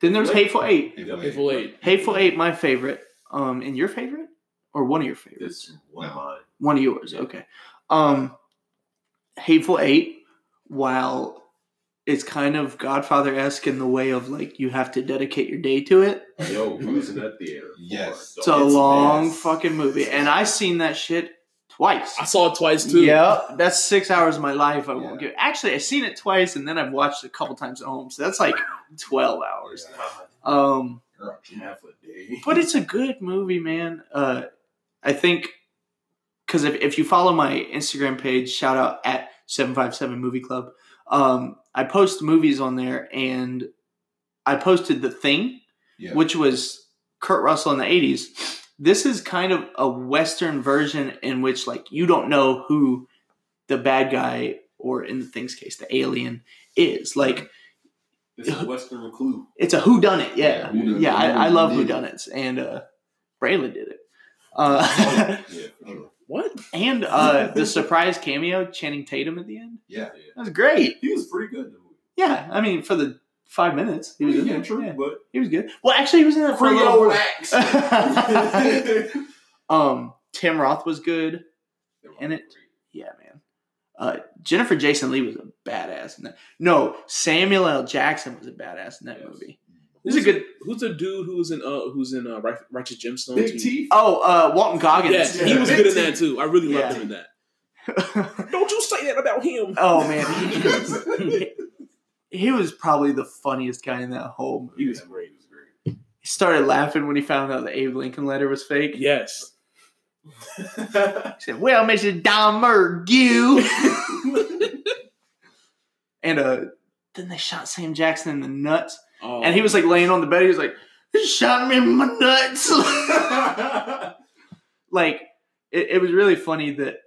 Speaker 1: Then there's Hateful Eight.
Speaker 4: People
Speaker 5: Yep.
Speaker 4: hate
Speaker 2: Hateful Eight.
Speaker 1: Hateful Eight, my favorite. Um, and your favorite, or one of your favorites?
Speaker 5: This one
Speaker 4: No.
Speaker 5: mine.
Speaker 1: One of yours. Okay. Um, Hateful Eight. While it's kind of Godfather esque in the way of like you have to dedicate your day to it.
Speaker 5: Yo, we was in that theater.
Speaker 4: Yes.
Speaker 1: It's a long
Speaker 5: yes.
Speaker 1: fucking movie, and I seen that shit twice.
Speaker 2: I saw it twice too.
Speaker 1: Yeah, that's six hours of my life. I won't
Speaker 4: Yeah.
Speaker 1: give. Actually, I've seen it twice, and then I've watched it a couple times at home. So that's like twelve hours.
Speaker 5: God,
Speaker 1: Um,
Speaker 4: her up.
Speaker 5: half a day.
Speaker 1: but it's a good movie, man. Uh, I think because if, if you follow my Instagram page, shout out at seven five seven Movie Club. Um, I post movies on there, and I posted The Thing,
Speaker 4: Yeah.
Speaker 1: which was Kurt Russell in the eighties. this is kind of a western version in which like you don't know who the bad guy or in the thing's case the alien is like
Speaker 5: This is Western Clue.
Speaker 1: it's a who done it yeah
Speaker 4: who done-
Speaker 1: yeah i, I
Speaker 4: who
Speaker 1: love
Speaker 4: did
Speaker 1: who
Speaker 4: it?
Speaker 1: done it and uh braylon did it uh
Speaker 4: Yeah, for sure.
Speaker 2: What?
Speaker 1: and uh the surprise cameo channing tatum at the end
Speaker 4: Yeah.
Speaker 1: that was great
Speaker 5: He was pretty good in the movie.
Speaker 1: yeah i mean for the five minutes he was, in
Speaker 5: yeah,
Speaker 1: there.
Speaker 5: true,
Speaker 1: Yeah,
Speaker 5: but
Speaker 1: he was good well actually he was in that for Uh, a little
Speaker 5: Creole
Speaker 1: more.
Speaker 5: Max. They
Speaker 1: um tim roth was good
Speaker 5: were
Speaker 1: And it-
Speaker 5: great.
Speaker 1: Yeah, man. Uh, Jennifer Jason Lee was a badass in that. No, Samuel L. Jackson was a badass in that
Speaker 5: Yes.
Speaker 1: movie. This is a good.
Speaker 2: Who's the dude who's in uh who's in uh Right- Righteous Gemstones?
Speaker 5: Big teeth.
Speaker 1: Oh, uh, Walton Goggins.
Speaker 2: Yes,
Speaker 5: Yeah.
Speaker 2: he was
Speaker 5: Big
Speaker 2: good in
Speaker 5: T.
Speaker 2: that too. I really
Speaker 1: Yeah.
Speaker 2: loved him in that. Don't you say that about him.
Speaker 1: oh man, he, he- he was probably the funniest guy in that whole movie.
Speaker 2: He was great.
Speaker 5: He was great.
Speaker 1: He started laughing when he found out the Abe Lincoln letter was fake.
Speaker 2: Yes.
Speaker 1: He said, "Well, Mister Dahmer, you." and uh, then they shot Sam Jackson in the nuts,
Speaker 2: Oh,
Speaker 1: and he was like laying on the bed. He was like, "They "Shot me in my nuts." like it, it was really funny that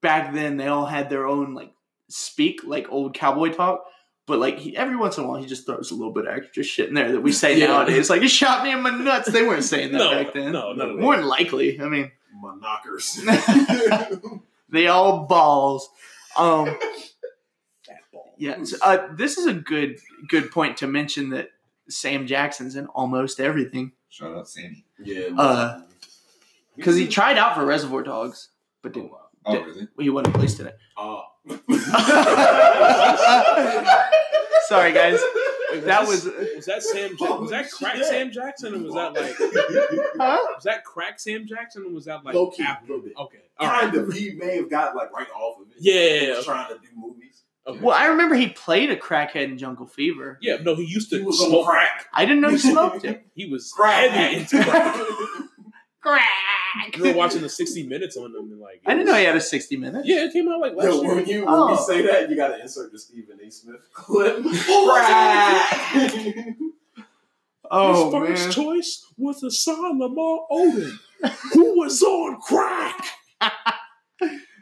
Speaker 1: back then they all had their own like speak like old cowboy talk but like he, every once in a while he just throws a little bit of extra shit in there that we say
Speaker 2: Yeah.
Speaker 1: nowadays like you shot me in my nuts they weren't saying that
Speaker 2: No,
Speaker 1: back then
Speaker 2: no, not at all.
Speaker 1: more than likely i mean
Speaker 5: My knockers.
Speaker 1: they all balls um
Speaker 2: Fat ball.
Speaker 1: yeah so, uh, this is a good good point to mention that sam jackson's in almost everything
Speaker 4: Shout out Sandy.
Speaker 5: yeah.
Speaker 1: Uh, because
Speaker 2: Mm-hmm.
Speaker 1: he tried out for reservoir dogs but didn't
Speaker 4: Oh, really?
Speaker 1: he wasn't placed in it
Speaker 5: Oh.
Speaker 1: sorry guys
Speaker 2: Wait,
Speaker 1: that
Speaker 2: this-
Speaker 1: was
Speaker 2: was that Sam ja- was that crack
Speaker 5: Shit.
Speaker 2: Sam Jackson or was that like
Speaker 1: Huh?
Speaker 2: was that crack Sam Jackson or was that like
Speaker 5: Low key, a
Speaker 2: after-
Speaker 5: little bit.
Speaker 2: Okay. All right.
Speaker 5: Kind of. He may have got like right off of it.
Speaker 2: Yeah, yeah, yeah.
Speaker 5: He was trying to do movies.
Speaker 2: Okay.
Speaker 1: Well, I remember he played a crackhead in Jungle Fever.
Speaker 2: Yeah, no, he used
Speaker 5: He
Speaker 2: to
Speaker 5: was on
Speaker 2: smoke
Speaker 5: crack.
Speaker 1: I didn't know he smoked it.
Speaker 2: He was
Speaker 5: Crack.
Speaker 2: heavy into crack.
Speaker 1: Crack.
Speaker 2: We were watching the 60 Minutes on him and like.
Speaker 1: I didn't know he had a sixty minute.
Speaker 2: Yeah, it came out like last
Speaker 5: Yo,
Speaker 2: year.
Speaker 5: when you when
Speaker 1: Oh.
Speaker 5: you say that, you gotta insert the Stephen A. Smith clip. Crack.
Speaker 1: Oh
Speaker 2: His
Speaker 1: man.
Speaker 2: first choice was Hassan Lamar Odin, who was on crack.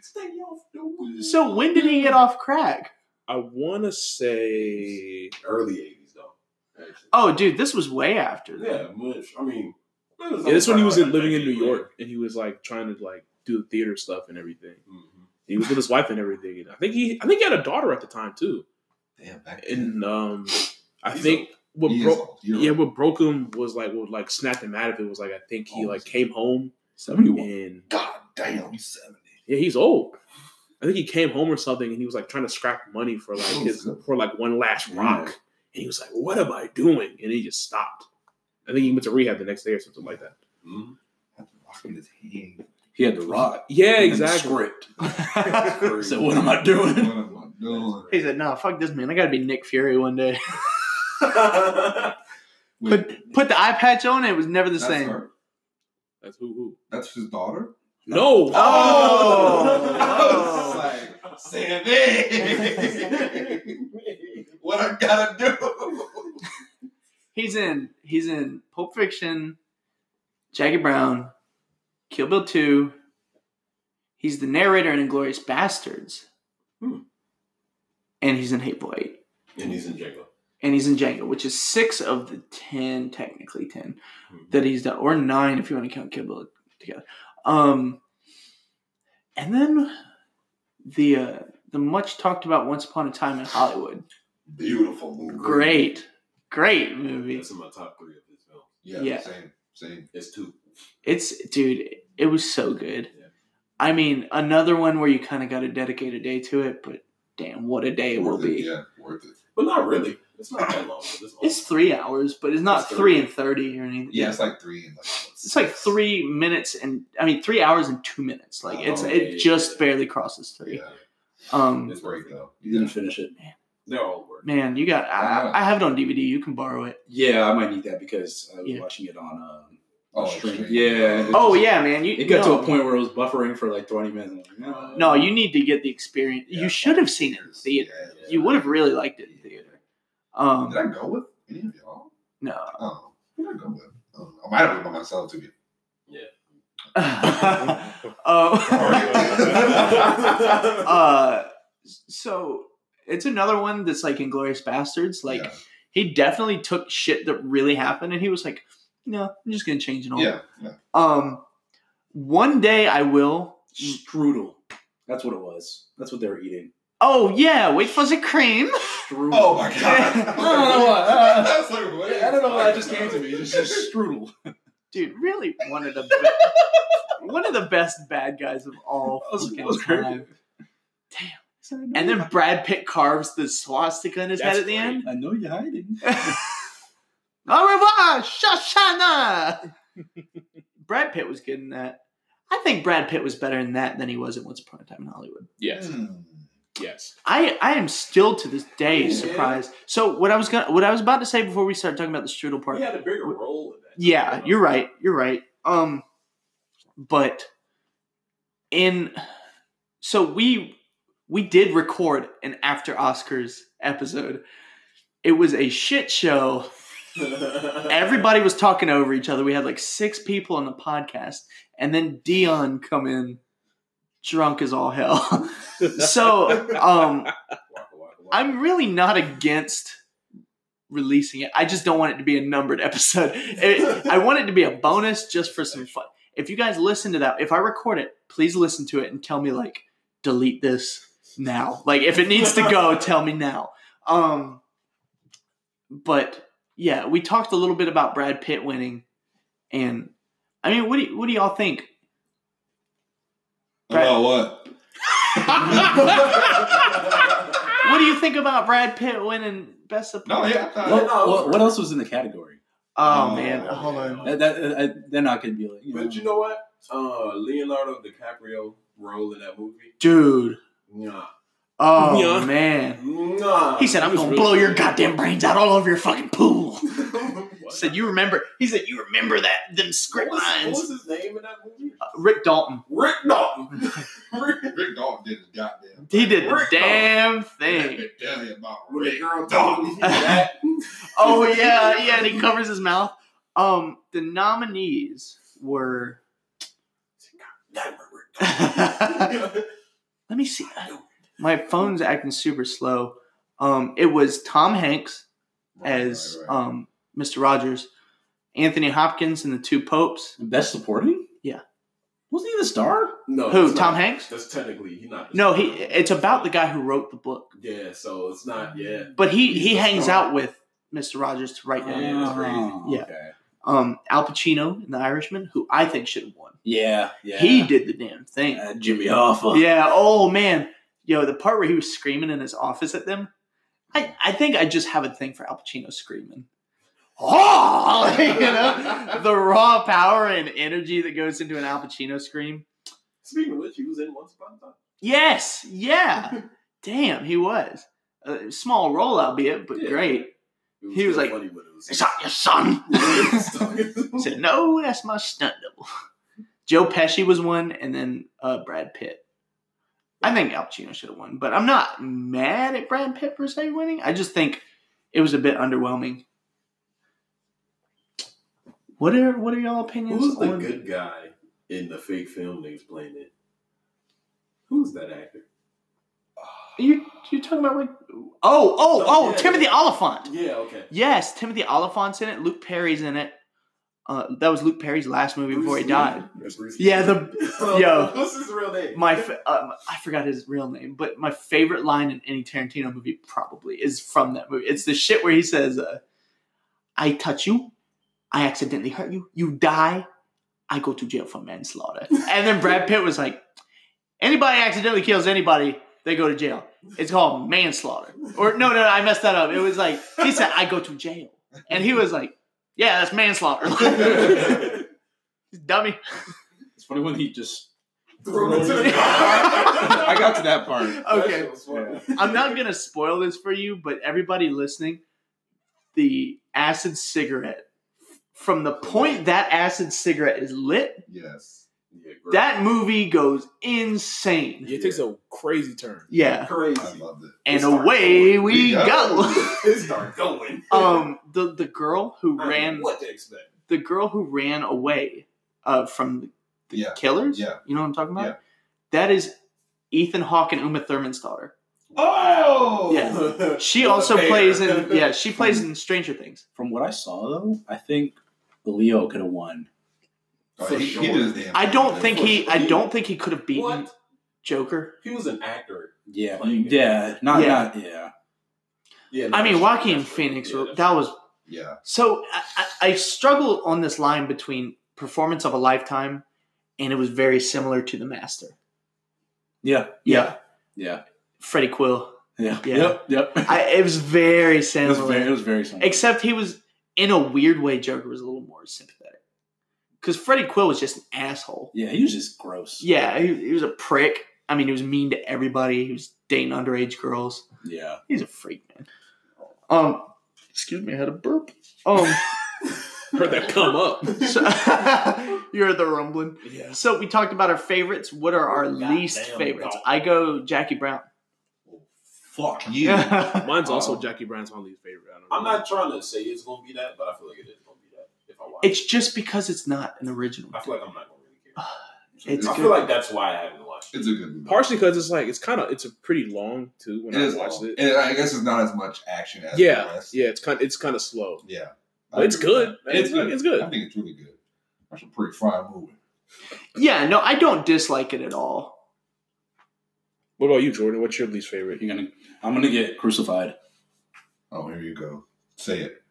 Speaker 5: Stay off the weed.
Speaker 1: So when did he get off crack?
Speaker 2: I want to say
Speaker 5: early eighties though. actually.
Speaker 1: Oh, dude, this was way after. That.
Speaker 5: Yeah, much. I mean, that was
Speaker 2: yeah, this when he was in
Speaker 5: like
Speaker 2: living in New
Speaker 5: decade
Speaker 2: York and he was like trying to like do the theater stuff and everything.
Speaker 5: later. Mhm.
Speaker 2: He was with his wife and everything. And I think he, I think he had a daughter at the time too.
Speaker 4: Damn, back then.
Speaker 2: And um, I
Speaker 5: He's
Speaker 2: think what
Speaker 4: He is
Speaker 2: broke.
Speaker 4: old. You're
Speaker 2: Yeah,
Speaker 4: right.
Speaker 2: what broke him was like what like snapped him out of it was like I think
Speaker 5: Oh,
Speaker 2: he like came home
Speaker 4: 71.
Speaker 2: and
Speaker 4: God damn, he's 70.
Speaker 2: Yeah, he's old. I think he came home or something, and he was like trying to scrap money for like his for like one last rock. And he was like, "What am I doing?" And he just stopped. I think he went to rehab the next day or something like that.
Speaker 5: Mhm.
Speaker 4: Had the rock in his hand.
Speaker 3: He had the rock.
Speaker 2: Yeah,
Speaker 3: and then the
Speaker 2: exactly.
Speaker 3: Script. So what am I doing?
Speaker 4: What am I doing?
Speaker 1: He said, "No, fuck this man. I gotta be Nick Fury one day."
Speaker 4: Wait,
Speaker 1: Put put the eye patch on. It was never the
Speaker 4: that's
Speaker 1: same.
Speaker 4: her-
Speaker 2: That's who who.
Speaker 4: That's his daughter?
Speaker 2: No.
Speaker 4: Oh!
Speaker 1: Oh.
Speaker 4: I was like, Sammy, what I gotta do?
Speaker 1: He's in. He's in Pulp Fiction, Jackie Brown, Kill Bill Two. He's the narrator in Inglorious Bastards,
Speaker 5: Hmm.
Speaker 1: and he's in Hateful Eight,
Speaker 5: and he's in Django.
Speaker 1: and he's in Django, which is six of the ten, technically ten,
Speaker 5: Mhm.
Speaker 1: that he's done, or nine if you want to count Kill Bill together. Um, and then the uh, the much talked about Once Upon a Time in Hollywood.
Speaker 4: Beautiful movie.
Speaker 1: Great, great movie.
Speaker 5: That's in my top three of his films.
Speaker 4: Yeah,
Speaker 1: Yeah.
Speaker 4: same, same.
Speaker 5: It's two.
Speaker 1: It's dude, it was so good.
Speaker 5: Yeah.
Speaker 1: I mean, another one where you kind of got to dedicate a day to it, but damn, what a day it will
Speaker 4: worth
Speaker 1: be.
Speaker 4: It, yeah, worth it.
Speaker 5: But not really. It's not that long. But it's, long.
Speaker 1: It's three hours, but it's not
Speaker 5: It's
Speaker 1: three
Speaker 5: three.
Speaker 1: and thirty or anything.
Speaker 4: Yeah, it's like three and like.
Speaker 1: it's like three minutes and I mean three hours and two minutes. Like it's
Speaker 5: Oh,
Speaker 1: it
Speaker 5: yeah,
Speaker 1: just
Speaker 5: yeah.
Speaker 1: barely crosses three.
Speaker 4: Yeah,
Speaker 1: Um,
Speaker 5: It's
Speaker 4: it's great though.
Speaker 3: You
Speaker 4: Yeah.
Speaker 3: didn't finish it.
Speaker 5: They're all worth.
Speaker 1: man, you got I,
Speaker 4: Wow.
Speaker 1: I have it on DVD. You can borrow it.
Speaker 3: Yeah, I might need that because I was
Speaker 1: Yeah.
Speaker 3: watching it on. Um,
Speaker 4: Oh,
Speaker 3: Stream.
Speaker 4: stream.
Speaker 3: Yeah.
Speaker 1: Oh yeah, man. You
Speaker 3: it got
Speaker 1: no,
Speaker 3: to a point where it was buffering for like twenty minutes. I'm like, no,
Speaker 1: No, you need to get the experience.
Speaker 4: Yeah.
Speaker 1: You should have seen it in the theater.
Speaker 4: Yeah.
Speaker 1: You would have really liked it in the theater. Um,
Speaker 4: Did I go with any of y'all?
Speaker 1: no.
Speaker 4: Oh, who did I go with? Um, I might have been by myself too.
Speaker 5: it.
Speaker 1: Um, Oh. uh, so it's another one that's like Inglorious Bastards. Like
Speaker 4: yeah.
Speaker 1: he definitely took shit that really happened, and he was like, "No, I'm just gonna change it all."
Speaker 4: yeah, yeah.
Speaker 1: Um, one day I will.
Speaker 3: Strudel. That's what it was. That's what they were eating.
Speaker 1: Oh yeah, wait for the cream.
Speaker 3: Strudel.
Speaker 4: Oh my god!
Speaker 1: I
Speaker 3: don't know why, uh,
Speaker 4: That's like, what
Speaker 3: I don't know why that just came to
Speaker 4: about?
Speaker 3: me. It's just strudel.
Speaker 1: Dude, really one of the be- one of the best bad guys of all
Speaker 3: That was-
Speaker 1: fucking
Speaker 3: that was great.
Speaker 1: time. Damn. And then Brad Pitt carves the swastika in his
Speaker 2: That's
Speaker 1: head at the
Speaker 2: great.
Speaker 1: end.
Speaker 3: I know you're hiding.
Speaker 1: Au revoir, Shoshana. Brad Pitt was good in that. I think Brad Pitt was better in that than he was in Once Upon a Time in Hollywood.
Speaker 2: Yes.
Speaker 4: Hmm.
Speaker 2: Yes.
Speaker 1: I, I am still to this day
Speaker 5: Yeah.
Speaker 1: surprised. So what I was gonna what I was about to say before we started talking about the strudel part.
Speaker 5: He had a bigger role in that.
Speaker 1: Yeah, you're right. You're right. Um, but in so we we did record an after Oscars episode. It was a shit show. Everybody was talking over each other. We had like six people on the podcast, and then Dion come in drunk as all hell. so um, I'm really not against releasing it. I just don't want it to be a numbered episode. It- I want it to be a bonus just for some fun. If you guys listen to that, if I record it, please listen to it and tell me like delete this now. Like if it needs to go, tell me now. Um but yeah, we talked a little bit about Brad Pitt winning and I mean, what do you, what do y'all think?
Speaker 4: About what?
Speaker 1: What do you think about Brad Pitt winning Best Supporting?
Speaker 4: No, yeah. I thought-
Speaker 3: What, what, what else was in the category?
Speaker 1: Oh,
Speaker 4: Oh,
Speaker 1: man,
Speaker 4: yeah.
Speaker 1: hold on.
Speaker 3: That, that, I, they're not going to be like. You know,
Speaker 5: But you know what? Uh, Leonardo DiCaprio role in that movie.
Speaker 1: Dude.
Speaker 5: Nah.
Speaker 1: Oh
Speaker 2: Yeah.
Speaker 1: man.
Speaker 5: Nah.
Speaker 1: He said, "I'm
Speaker 2: He was
Speaker 1: gonna
Speaker 2: really-
Speaker 1: blow your goddamn brains out all over your fucking pool."
Speaker 5: what
Speaker 1: said you remember? He said you remember that them script
Speaker 5: was, what
Speaker 1: lines.
Speaker 5: was his name in that movie?
Speaker 1: Uh, Rick Dalton.
Speaker 5: Rick Dalton.
Speaker 4: Rick Dalton did his goddamn.
Speaker 1: He did the
Speaker 5: Rick
Speaker 1: damn
Speaker 4: Let
Speaker 1: thing.
Speaker 4: me tell you about
Speaker 5: With
Speaker 4: Rick
Speaker 5: the girl
Speaker 4: Dalton.
Speaker 5: Dalton. That-
Speaker 1: Oh yeah, yeah. And he covers his mouth. Um, the nominees were.
Speaker 5: that was
Speaker 1: Let
Speaker 5: Rick Dalton.
Speaker 1: me see. My phone's acting super slow. Um, it was Tom Hanks. as
Speaker 4: Right, right, right.
Speaker 1: um, Mr. Rogers, Anthony Hopkins, and the two popes.
Speaker 3: Best supporting?
Speaker 1: Yeah.
Speaker 3: Wasn't he the star?
Speaker 5: no,
Speaker 1: Who?
Speaker 5: Oh, that's
Speaker 1: Tom
Speaker 5: not-
Speaker 1: Hanks?
Speaker 5: That's technically he's not.
Speaker 1: No, he. It's about the guy who wrote the book,
Speaker 5: Yeah, so it's not. Yeah,
Speaker 1: but he
Speaker 5: He's
Speaker 1: he
Speaker 5: the
Speaker 1: hangs
Speaker 5: star.
Speaker 1: out with Mr. Rogers to write down.
Speaker 5: Yeah, it's
Speaker 3: Oh,
Speaker 1: crazy. Yeah.
Speaker 3: Okay.
Speaker 1: Um, Al Pacino in The Irishman, who I think should have won.
Speaker 3: Yeah. Yeah.
Speaker 1: He did the damn thing.
Speaker 3: Uh, Jimmy Hoffa.
Speaker 1: Yeah. Oh man. Yo, the part where he was screaming in his office at them. I, I think I just have a thing for Al Pacino screaming. Oh, you know the raw power and energy that goes into an Al Pacino scream.
Speaker 5: Speaking of which, he was in Once Upon a Time.
Speaker 1: Yes, yeah. Damn, he was. A small role, albeit, but
Speaker 5: Yeah.
Speaker 1: great.
Speaker 5: It
Speaker 1: He was
Speaker 5: still
Speaker 1: like,
Speaker 5: funny, but it was-
Speaker 1: Is that your son? I said, no, that's my stunt double. Joe Pesci was one, and then uh, Brad Pitt. I think Al Pacino should have won, but I'm not mad at Brad Pitt per se winning. I just think it was a bit underwhelming. What are what are y'all opinions
Speaker 5: Who's the
Speaker 1: on-
Speaker 5: good guy in the fake film they was playing it? Who's that actor?
Speaker 1: You you talking about like oh oh oh
Speaker 5: yeah,
Speaker 1: Timothy
Speaker 5: yeah.
Speaker 1: Oliphant?
Speaker 5: Yeah, okay.
Speaker 1: Yes, Timothy Oliphant's in it. Luke Perry's in it. Uh, that was Luke Perry's last movie before he
Speaker 5: Bruce
Speaker 1: died.
Speaker 5: Lee. Yeah, Bruce
Speaker 1: Yeah,
Speaker 5: Lee.
Speaker 1: the
Speaker 5: Oh,
Speaker 1: yo.
Speaker 5: What's his real name?
Speaker 1: my fa- um, I forgot his real name, but my favorite line in any Tarantino movie probably is from that movie. It's the shit where he says, uh, "I touch you, I accidentally hurt you, you die, I go to jail for manslaughter." and then Brad Pitt was like, "Anybody accidentally kills anybody, they go to jail. It's called manslaughter." Or no, no, no, I messed that up. It was like he said, "I go to jail," and he was like, "Yeah, that's manslaughter." Dummy.
Speaker 3: It's funny when he just.
Speaker 5: Threw him into the car.
Speaker 3: I got to that part.
Speaker 5: That
Speaker 1: Okay.
Speaker 5: shit was funny.
Speaker 1: I'm not gonna spoil this for you, but everybody listening, the acid cigarette. From the point that acid cigarette is lit,
Speaker 4: Yes.
Speaker 5: Yeah, great.
Speaker 1: that movie goes insane.
Speaker 2: It takes a crazy turn.
Speaker 1: Yeah,
Speaker 4: I
Speaker 5: crazy.
Speaker 4: loved it.
Speaker 1: and away we
Speaker 4: We
Speaker 1: go.
Speaker 4: go.
Speaker 5: it started going.
Speaker 1: Um, the the girl who
Speaker 5: I don't know
Speaker 1: ran
Speaker 5: what to expect.
Speaker 1: the girl who ran away uh, from the
Speaker 4: Yeah.
Speaker 1: Killers.
Speaker 4: Yeah.
Speaker 1: You know what I'm talking about?
Speaker 4: Yeah.
Speaker 1: That is Ethan Hawke and Uma Thurman's daughter.
Speaker 4: Oh,
Speaker 1: Yeah. She
Speaker 5: What a
Speaker 1: also
Speaker 5: pair.
Speaker 1: plays in yeah, she plays in Stranger Things.
Speaker 3: From what I saw, though, I think Leo could have won.
Speaker 4: Oh,
Speaker 5: For
Speaker 4: he,
Speaker 5: sure.
Speaker 4: he did his damn
Speaker 1: I
Speaker 4: thing.
Speaker 1: don't think he I don't think he could have beaten
Speaker 5: What?
Speaker 1: Joker.
Speaker 5: He was an actor.
Speaker 3: Yeah,
Speaker 5: Like-
Speaker 3: yeah, not
Speaker 1: Yeah.
Speaker 3: not yeah.
Speaker 5: Yeah.
Speaker 1: I mean,
Speaker 5: that's-
Speaker 1: Joaquin
Speaker 5: that's-
Speaker 1: Phoenix
Speaker 5: yeah, that's-
Speaker 1: that was
Speaker 4: Yeah,
Speaker 1: So I, I, I struggle on this line between performance of a lifetime, and it was very similar to The Master.
Speaker 3: Yeah.
Speaker 1: Yeah,
Speaker 3: Yeah.
Speaker 1: Freddie Quill.
Speaker 3: Yeah.
Speaker 1: Yeah.
Speaker 3: Yep. Yep.
Speaker 1: I, it was very
Speaker 3: it, was
Speaker 1: similar,
Speaker 3: very, it was very similar.
Speaker 1: except he was in a weird way. Joker was a little more sympathetic because Freddie Quill was just an asshole.
Speaker 3: yeah, he was just gross.
Speaker 1: Yeah, he, he was a prick. I mean, he was mean to everybody. He was dating underage girls.
Speaker 3: Yeah.
Speaker 1: He's a freak, man. Um, excuse me, I had a burp. Um,
Speaker 2: Heard that come up.
Speaker 1: so- you're the rumbling.
Speaker 2: Yeah.
Speaker 1: So we talked about our favorites. What are our
Speaker 5: Goddamn
Speaker 1: least
Speaker 5: dog.
Speaker 1: favorites? I go Jackie Brown.
Speaker 5: Fuck.
Speaker 4: you.
Speaker 2: Mine's also
Speaker 4: Oh.
Speaker 2: Jackie Brown's my least favorite. I don't know.
Speaker 5: I'm not trying to say it's gonna be that, but I feel like it is gonna be that. If I watch,
Speaker 1: it's just because it's not an original.
Speaker 5: I feel like I'm not gonna really care.
Speaker 1: It's
Speaker 5: I
Speaker 1: good.
Speaker 5: feel like that's why I haven't watched. it.
Speaker 4: It's a good movie.
Speaker 2: partially because it's like it's kind of it's a pretty long too when
Speaker 4: It
Speaker 2: I
Speaker 4: is
Speaker 2: watched
Speaker 4: long.
Speaker 2: it.
Speaker 4: And I guess it's not as much action as the
Speaker 2: yeah,
Speaker 4: rest.
Speaker 2: yeah, it's kind it's kind of slow.
Speaker 4: yeah.
Speaker 2: But it's good.
Speaker 4: It's
Speaker 2: It's-
Speaker 4: good.
Speaker 2: it's good.
Speaker 4: I think it's really good. That's a pretty fine movie.
Speaker 1: yeah, no, I don't dislike it at all.
Speaker 2: What about you, Jordan? What's your least favorite?
Speaker 3: You're gonna. I'm gonna get crucified.
Speaker 4: Oh, here you go. Say it.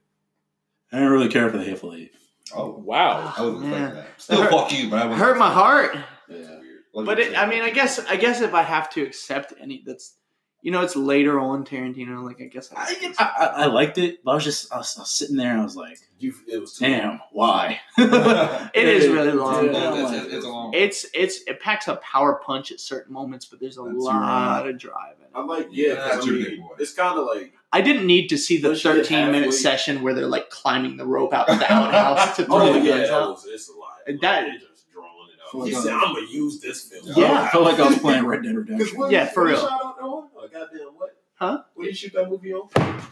Speaker 3: I don't really care for the hateful eight.
Speaker 4: Oh,
Speaker 2: Wow,
Speaker 4: I wasn't
Speaker 1: Man.
Speaker 4: expecting that. Still
Speaker 1: Hurt-
Speaker 4: fuck you, but I was
Speaker 1: Hurt my heart.
Speaker 3: Yeah.
Speaker 1: But it, I mean, I guess I guess if I have to accept any, that's you know, it's later on Tarantino. Like I guess I,
Speaker 3: I, I, I liked it, but I was just I was, I was sitting there and I was like,
Speaker 5: You, it was too
Speaker 3: damn, why?
Speaker 4: it's,
Speaker 1: it is really long.
Speaker 3: Yeah.
Speaker 4: it's, it's a long.
Speaker 1: It's it's it packs a power punch at certain moments, but there's a
Speaker 4: That's
Speaker 1: lot
Speaker 4: right.
Speaker 1: of drive in it.
Speaker 5: I'm like, yeah,
Speaker 4: Yeah,
Speaker 5: 'cause
Speaker 4: that's
Speaker 5: I
Speaker 4: your
Speaker 5: mean,
Speaker 4: big boy.
Speaker 5: It's kind of like,
Speaker 1: I didn't need to see the
Speaker 5: Don't you get
Speaker 1: 13 minute
Speaker 5: halfway-
Speaker 1: session where they're like climbing the rope out the outhouse to throw
Speaker 5: oh
Speaker 1: the
Speaker 5: yeah,
Speaker 1: guns
Speaker 5: that
Speaker 1: out.
Speaker 5: was, it's a lot.
Speaker 1: And
Speaker 5: Like,
Speaker 1: that-
Speaker 5: they just drawing it
Speaker 3: Full
Speaker 5: out. He
Speaker 4: gun.
Speaker 5: said, "I'm gonna use this film."
Speaker 1: Yeah.
Speaker 3: I felt like I was playing Red Dead
Speaker 5: Cause
Speaker 3: Redemption.
Speaker 5: what-
Speaker 1: Yeah, for
Speaker 5: what
Speaker 1: real.
Speaker 5: you Shot out there on? Oh, goddamn what?
Speaker 1: Huh?
Speaker 5: What you shoot that movie on? Damn.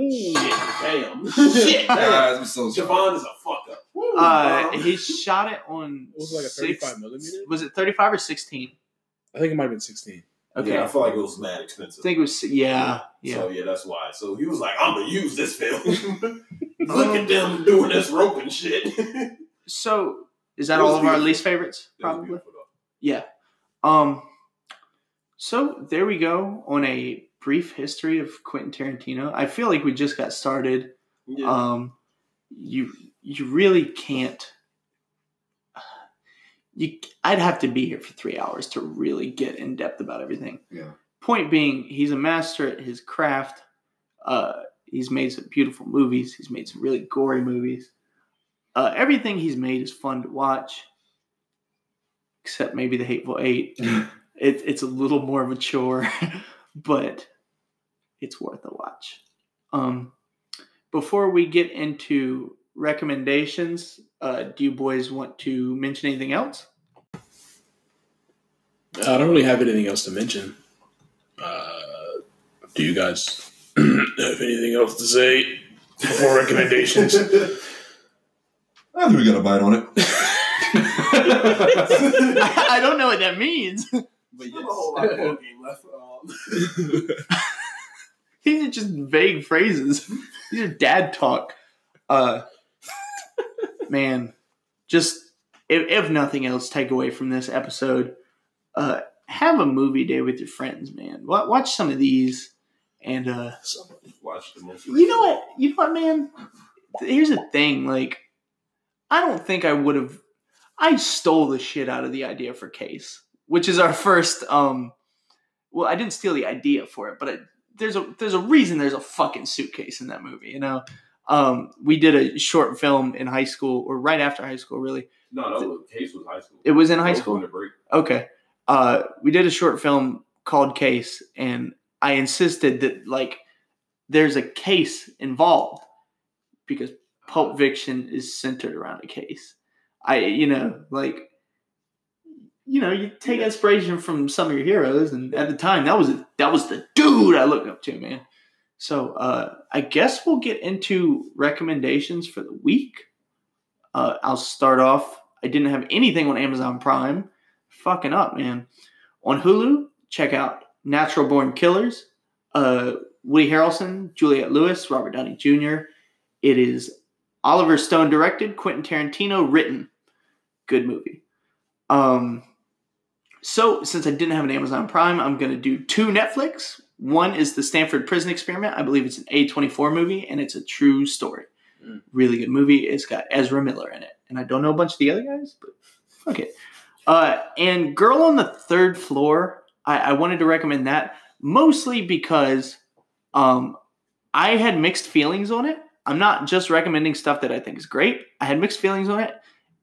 Speaker 2: Ooh.
Speaker 5: Shit. Damn. Damn.
Speaker 4: Guys, I'm so sorry.
Speaker 5: Javon is a fuck up. Woo,
Speaker 1: Uh,
Speaker 5: bro.
Speaker 1: he shot it on.
Speaker 2: It was like a
Speaker 1: six-
Speaker 2: 35 millimeter?
Speaker 1: Was it 35 or 16?
Speaker 2: I think it might have been sixteen.
Speaker 1: Okay.
Speaker 5: Yeah, I
Speaker 1: I
Speaker 5: feel like it was mad expensive.
Speaker 1: think it was. Yeah. Yeah.
Speaker 5: So yeah, that's why. So he was like, "I'm gonna use this film. Look at
Speaker 1: Um,
Speaker 5: them doing this rope and shit." It
Speaker 1: So is that
Speaker 5: It was
Speaker 1: all of our
Speaker 5: beautiful.
Speaker 1: least favorites?
Speaker 5: was
Speaker 1: Probably.
Speaker 5: beautiful, though.
Speaker 1: Yeah. Um. So there we go on a brief history of Quentin Tarantino. I feel like we just got started.
Speaker 5: Yeah.
Speaker 1: um, you you really can't. You, I'd have to be here for three hours to really get in depth about everything.
Speaker 4: Yeah.
Speaker 1: Point being, he's a master at his craft. Uh, he's made some beautiful movies. He's made some really gory movies. Uh, everything he's made is fun to watch, except maybe The Hateful Eight. it, it's a little more mature, but it's worth a watch. Um, before we get into recommendations, uh, do you boys want to mention anything else?
Speaker 2: I don't really have anything else to mention. Uh, do you guys have anything else to say before recommendations?
Speaker 4: I think we got a bite on it.
Speaker 1: I don't know what that means.
Speaker 3: But
Speaker 5: Not a whole lot of ball game left. Um,
Speaker 1: These are just vague phrases. These are dad talk. Uh, man, just if, if nothing else, take away from this episode, uh, have a movie day with your friends, man. Wa- Watch some of these, and uh,
Speaker 5: Watch the most.
Speaker 1: You know what? You know what, man? Here's the thing. Like, I don't think I would have. I stole the shit out of the idea for Case, which is our first. um Well, I didn't steal the idea for it, but I, there's a there's a reason there's a fucking suitcase in that movie. You know, um we did a short film in high school, or right after high school, really.
Speaker 5: No, no. The case was high school.
Speaker 1: It was in
Speaker 5: That
Speaker 1: high
Speaker 5: was
Speaker 1: school.
Speaker 5: on Oh, the break.
Speaker 1: Okay. Uh, we did a short film called Case, and I insisted that like there's a case involved because Pulp Fiction is centered around a case. I, you know, like, you know, you take inspiration from some of your heroes, and at the time, that was that was the dude I looked up to, man. So uh, I guess we'll get into recommendations for the week. Uh, I'll start off. I didn't have anything on Amazon Prime. Fucking up, man. On Hulu, check out Natural Born Killers. Uh, Woody Harrelson, Juliette Lewis, Robert Downey Jr. It is Oliver Stone directed, Quentin Tarantino written. Good movie. Um, so since I didn't have an Amazon Prime, I'm gonna do two Netflix. One is the Stanford Prison Experiment. I believe it's an A24 movie, and it's a true story.
Speaker 2: Mm.
Speaker 1: Really good movie. It's got Ezra Miller in it, and I don't know a bunch of the other guys, but fuck it. Uh, and Girl on the Third Floor. I, I wanted to recommend that mostly because um, I had mixed feelings on it. I'm not just recommending stuff that I think is great. I had mixed feelings on it,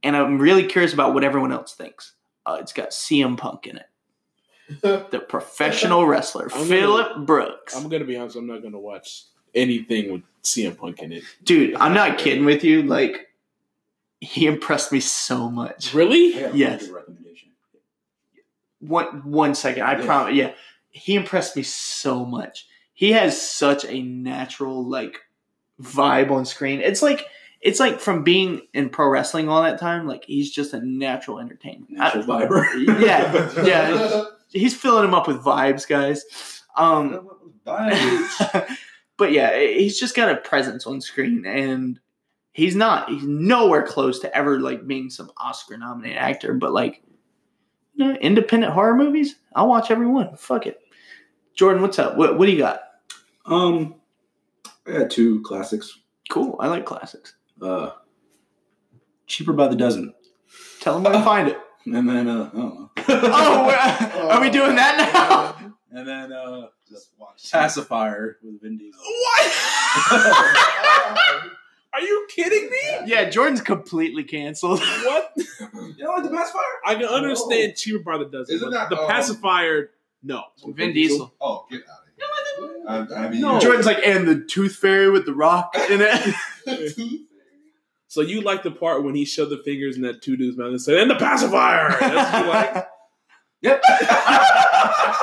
Speaker 1: and I'm really curious about what everyone else thinks. Uh, it's got CM Punk in it, the professional wrestler
Speaker 2: I'm gonna-
Speaker 1: Philip Brooks.
Speaker 2: I'm gonna be honest. I'm not gonna watch anything with CM Punk in it.
Speaker 1: Dude, I'm not kidding with you. Like, he impressed me so much.
Speaker 2: Really?
Speaker 3: Yeah,
Speaker 1: Yes.
Speaker 3: Recommendation.
Speaker 1: One one second, I
Speaker 3: Yeah.
Speaker 1: promise. Yeah, he impressed me so much. He has such a natural like vibe on screen. It's like it's like from being in pro wrestling all that time. Like he's just a natural entertainment. I-
Speaker 3: Natural fiber.
Speaker 1: yeah, yeah. He's filling him up with vibes, guys. Um,
Speaker 4: Bye.
Speaker 1: but yeah, he's just got a presence on screen, and he's not. He's nowhere close to ever like being some Oscar-nominated actor. But like, you know, independent horror movies, I'll watch every one. Fuck it. Jordan, what's up? What What do you got?
Speaker 3: Um, I had two classics.
Speaker 1: Cool. I like classics.
Speaker 3: Uh, cheaper by the dozen,
Speaker 1: Tell them where to find it.
Speaker 3: and then uh, I don't know.
Speaker 1: Oh, we're- are we doing that now?
Speaker 3: and then uh,
Speaker 4: Just watch.
Speaker 3: pacifier with Vin Diesel.
Speaker 1: What?
Speaker 2: Are you kidding me?
Speaker 1: yeah, Jordan's completely canceled.
Speaker 2: What?
Speaker 3: You know, like the pacifier.
Speaker 2: I can understand cheaper by the dozen.
Speaker 4: Isn't
Speaker 2: but
Speaker 4: that,
Speaker 2: the
Speaker 4: um,
Speaker 2: pacifier? No.
Speaker 1: Vin Diesel.
Speaker 4: Oh, get out of here. I, I mean,
Speaker 2: No.
Speaker 1: Jordan's like, and the Tooth Fairy with the rock in it.
Speaker 2: So you like the part when he shoved the fingers in that two dude's mouth and said, "And the pacifier." That's what you like.
Speaker 3: Yep.
Speaker 2: Jesus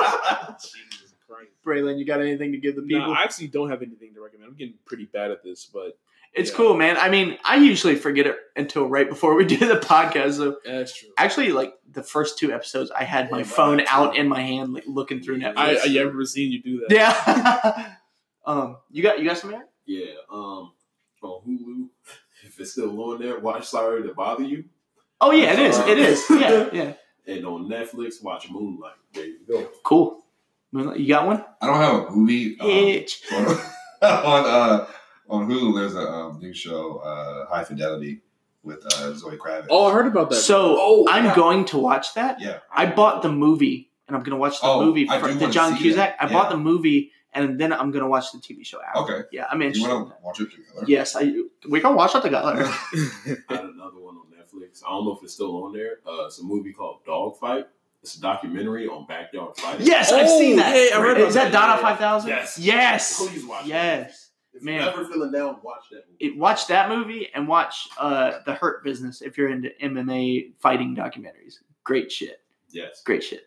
Speaker 2: Christ.
Speaker 1: Braylon, you got anything to give the people?
Speaker 2: No, I actually don't have anything to recommend. I'm getting pretty bad at this, but
Speaker 1: It's
Speaker 2: Yeah.
Speaker 1: cool, man. I mean, I usually forget it until right before we do the podcast. So
Speaker 2: that's true. I,
Speaker 1: actually, like the first two episodes, I had my
Speaker 3: Yeah,
Speaker 1: phone
Speaker 3: wow.
Speaker 1: out in my hand, like looking through Netflix.
Speaker 2: I, I ever seen you do that.
Speaker 1: yeah. um, you got you got some Eric?
Speaker 5: Yeah, um, on Hulu, if it's still on there, watch Sorry to Bother You.
Speaker 1: Oh yeah, it is. It is. Yeah, yeah.
Speaker 5: And on Netflix, watch Moonlight. There you go.
Speaker 1: Cool. Moonlight, You got one?
Speaker 4: I don't have a movie. um,
Speaker 1: Itch.
Speaker 4: on on, uh, on Hulu, there's a um, new show, uh, High Fidelity, with uh, Zoe Kravitz.
Speaker 2: Oh, I heard about that.
Speaker 1: So
Speaker 5: Oh,
Speaker 1: I'm
Speaker 5: yeah.
Speaker 1: going to watch that.
Speaker 4: yeah.
Speaker 1: I bought the movie, and I'm gonna watch the
Speaker 4: Oh,
Speaker 1: movie
Speaker 4: I
Speaker 1: for
Speaker 4: do
Speaker 1: the
Speaker 4: wanna
Speaker 1: John
Speaker 4: see
Speaker 1: Cusack.
Speaker 4: that.
Speaker 1: I bought the
Speaker 4: Yeah.
Speaker 1: movie, and then I'm gonna watch the TV show after.
Speaker 4: Okay.
Speaker 1: Yeah, I'm
Speaker 4: You
Speaker 1: interested. in
Speaker 4: want
Speaker 1: that.
Speaker 4: to watch it together?
Speaker 1: Yes, I. We can watch it together.
Speaker 5: I had another one on Netflix. I don't know if it's still on there. Uh, it's a movie called Dogfight. It's a documentary on backyard fighting.
Speaker 1: Yes, I've
Speaker 2: Oh,
Speaker 1: seen that. Is
Speaker 2: yeah, I read about
Speaker 1: that
Speaker 2: that.
Speaker 1: Donna
Speaker 2: Yeah.
Speaker 1: 5000?
Speaker 5: Yes.
Speaker 1: Yes.
Speaker 5: Please watch it.
Speaker 1: Yes.
Speaker 5: If
Speaker 1: Man.
Speaker 5: you're ever feeling down, watch that movie.
Speaker 1: It, watch that movie and watch uh, The Hurt Business if you're into MMA fighting documentaries. Great shit.
Speaker 5: Yes.
Speaker 1: Great shit.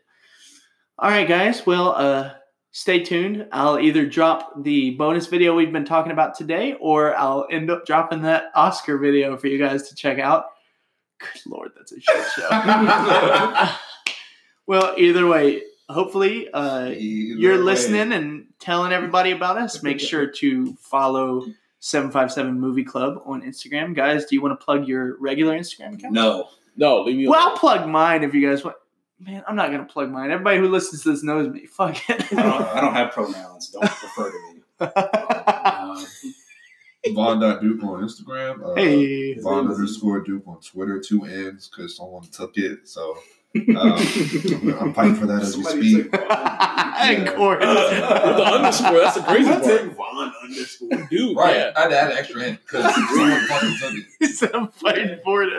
Speaker 1: All right, guys. Well, uh, stay tuned. I'll either drop the bonus video we've been talking about today or I'll end up dropping that Oscar video for you guys to check out. Good Lord, that's a shit show. well, either way, hopefully. Uh, you're listening and telling everybody about us, make sure to follow 757 Movie Club on Instagram. Guys, do you want to plug your regular Instagram account?
Speaker 3: No.
Speaker 2: no, leave me
Speaker 1: Well, I'll
Speaker 2: alone.
Speaker 1: plug mine if you guys want. Man, I'm not going to plug mine. Everybody who listens to this knows me. Fuck
Speaker 3: I
Speaker 1: it.
Speaker 3: don't, I don't have pronouns. Don't refer to me.
Speaker 5: Uh,
Speaker 4: Vaughn.duke on Instagram. Uh,
Speaker 1: hey.
Speaker 4: Vaughn underscore Duke on Twitter, two N's, because someone took it. So um, I'm, I'm fighting for that as we
Speaker 5: somebody
Speaker 4: speak.
Speaker 5: take Vaughn.
Speaker 1: And Corey.
Speaker 2: with the underscore, that's the crazy
Speaker 5: Somebody
Speaker 2: part,
Speaker 5: take Vaughn underscore.
Speaker 2: dude.
Speaker 4: Right.
Speaker 2: Yeah.
Speaker 4: I had to add an extra N because someone fucking took it.
Speaker 1: He said I'm fighting for it.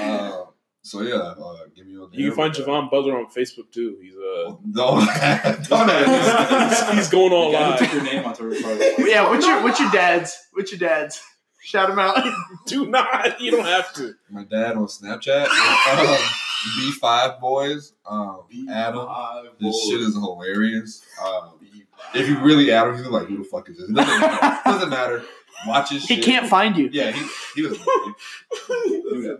Speaker 4: Uh, so yeah, uh, give me your. Oh,
Speaker 2: You can find Javon Butler on Facebook too. He's uh,
Speaker 4: No, don't add
Speaker 2: he's, he's going
Speaker 3: Oh,
Speaker 2: on
Speaker 3: yeah, took
Speaker 2: live.
Speaker 3: your name on Twitter.
Speaker 1: yeah, what's your what's your dad's? What's your dad's? Shout him out.
Speaker 2: Do not. You don't have to.
Speaker 4: my dad on Snapchat. Um, B5 boys, um, Adam.
Speaker 5: Five
Speaker 4: This
Speaker 5: boys.
Speaker 4: shit is hilarious. Um,
Speaker 5: Be
Speaker 4: if you really add him, he's like, "Who the fuck is this?" It doesn't matter. doesn't matter. Watch his
Speaker 1: He
Speaker 4: shit.
Speaker 1: can't find you.
Speaker 4: Yeah, he, he was.
Speaker 5: five.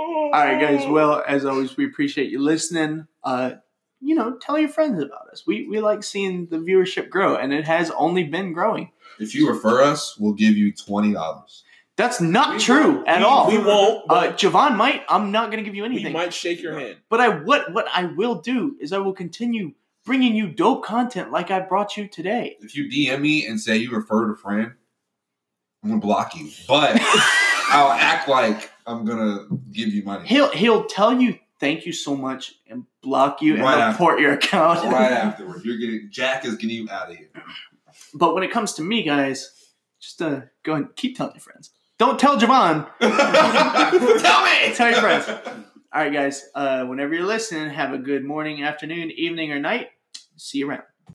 Speaker 1: All right, guys. Well, as always, we appreciate you listening. Uh, you know, tell your friends about us. We we like seeing the viewership grow, and it has only been growing.
Speaker 4: If you refer us, we'll give you twenty dollars.
Speaker 1: That's not
Speaker 2: We
Speaker 1: true
Speaker 2: won't.
Speaker 1: at
Speaker 2: We-
Speaker 1: all.
Speaker 2: We
Speaker 1: uh,
Speaker 2: won't. But
Speaker 1: Javon might. I'm not going to give you
Speaker 2: we
Speaker 1: anything.
Speaker 2: might shake your hand.
Speaker 1: But I what what I will do is I will continue bringing you dope content like I brought you today.
Speaker 4: If you DM me and say you referred a friend, I'm gonna block you. But I'll act like I'm gonna give you money
Speaker 1: He'll he'll tell you thank you so much and block you
Speaker 4: Right
Speaker 1: and
Speaker 4: after.
Speaker 1: report your account.
Speaker 4: right afterward. You're getting Jack is getting you out of here.
Speaker 1: But when it comes to me, guys, just uh, go and keep telling your friends. Don't tell Javon.
Speaker 4: Tell me.
Speaker 1: Tell your friends. All right, guys. Uh, whenever you're listening, have a good morning, afternoon, evening, or night. See you around.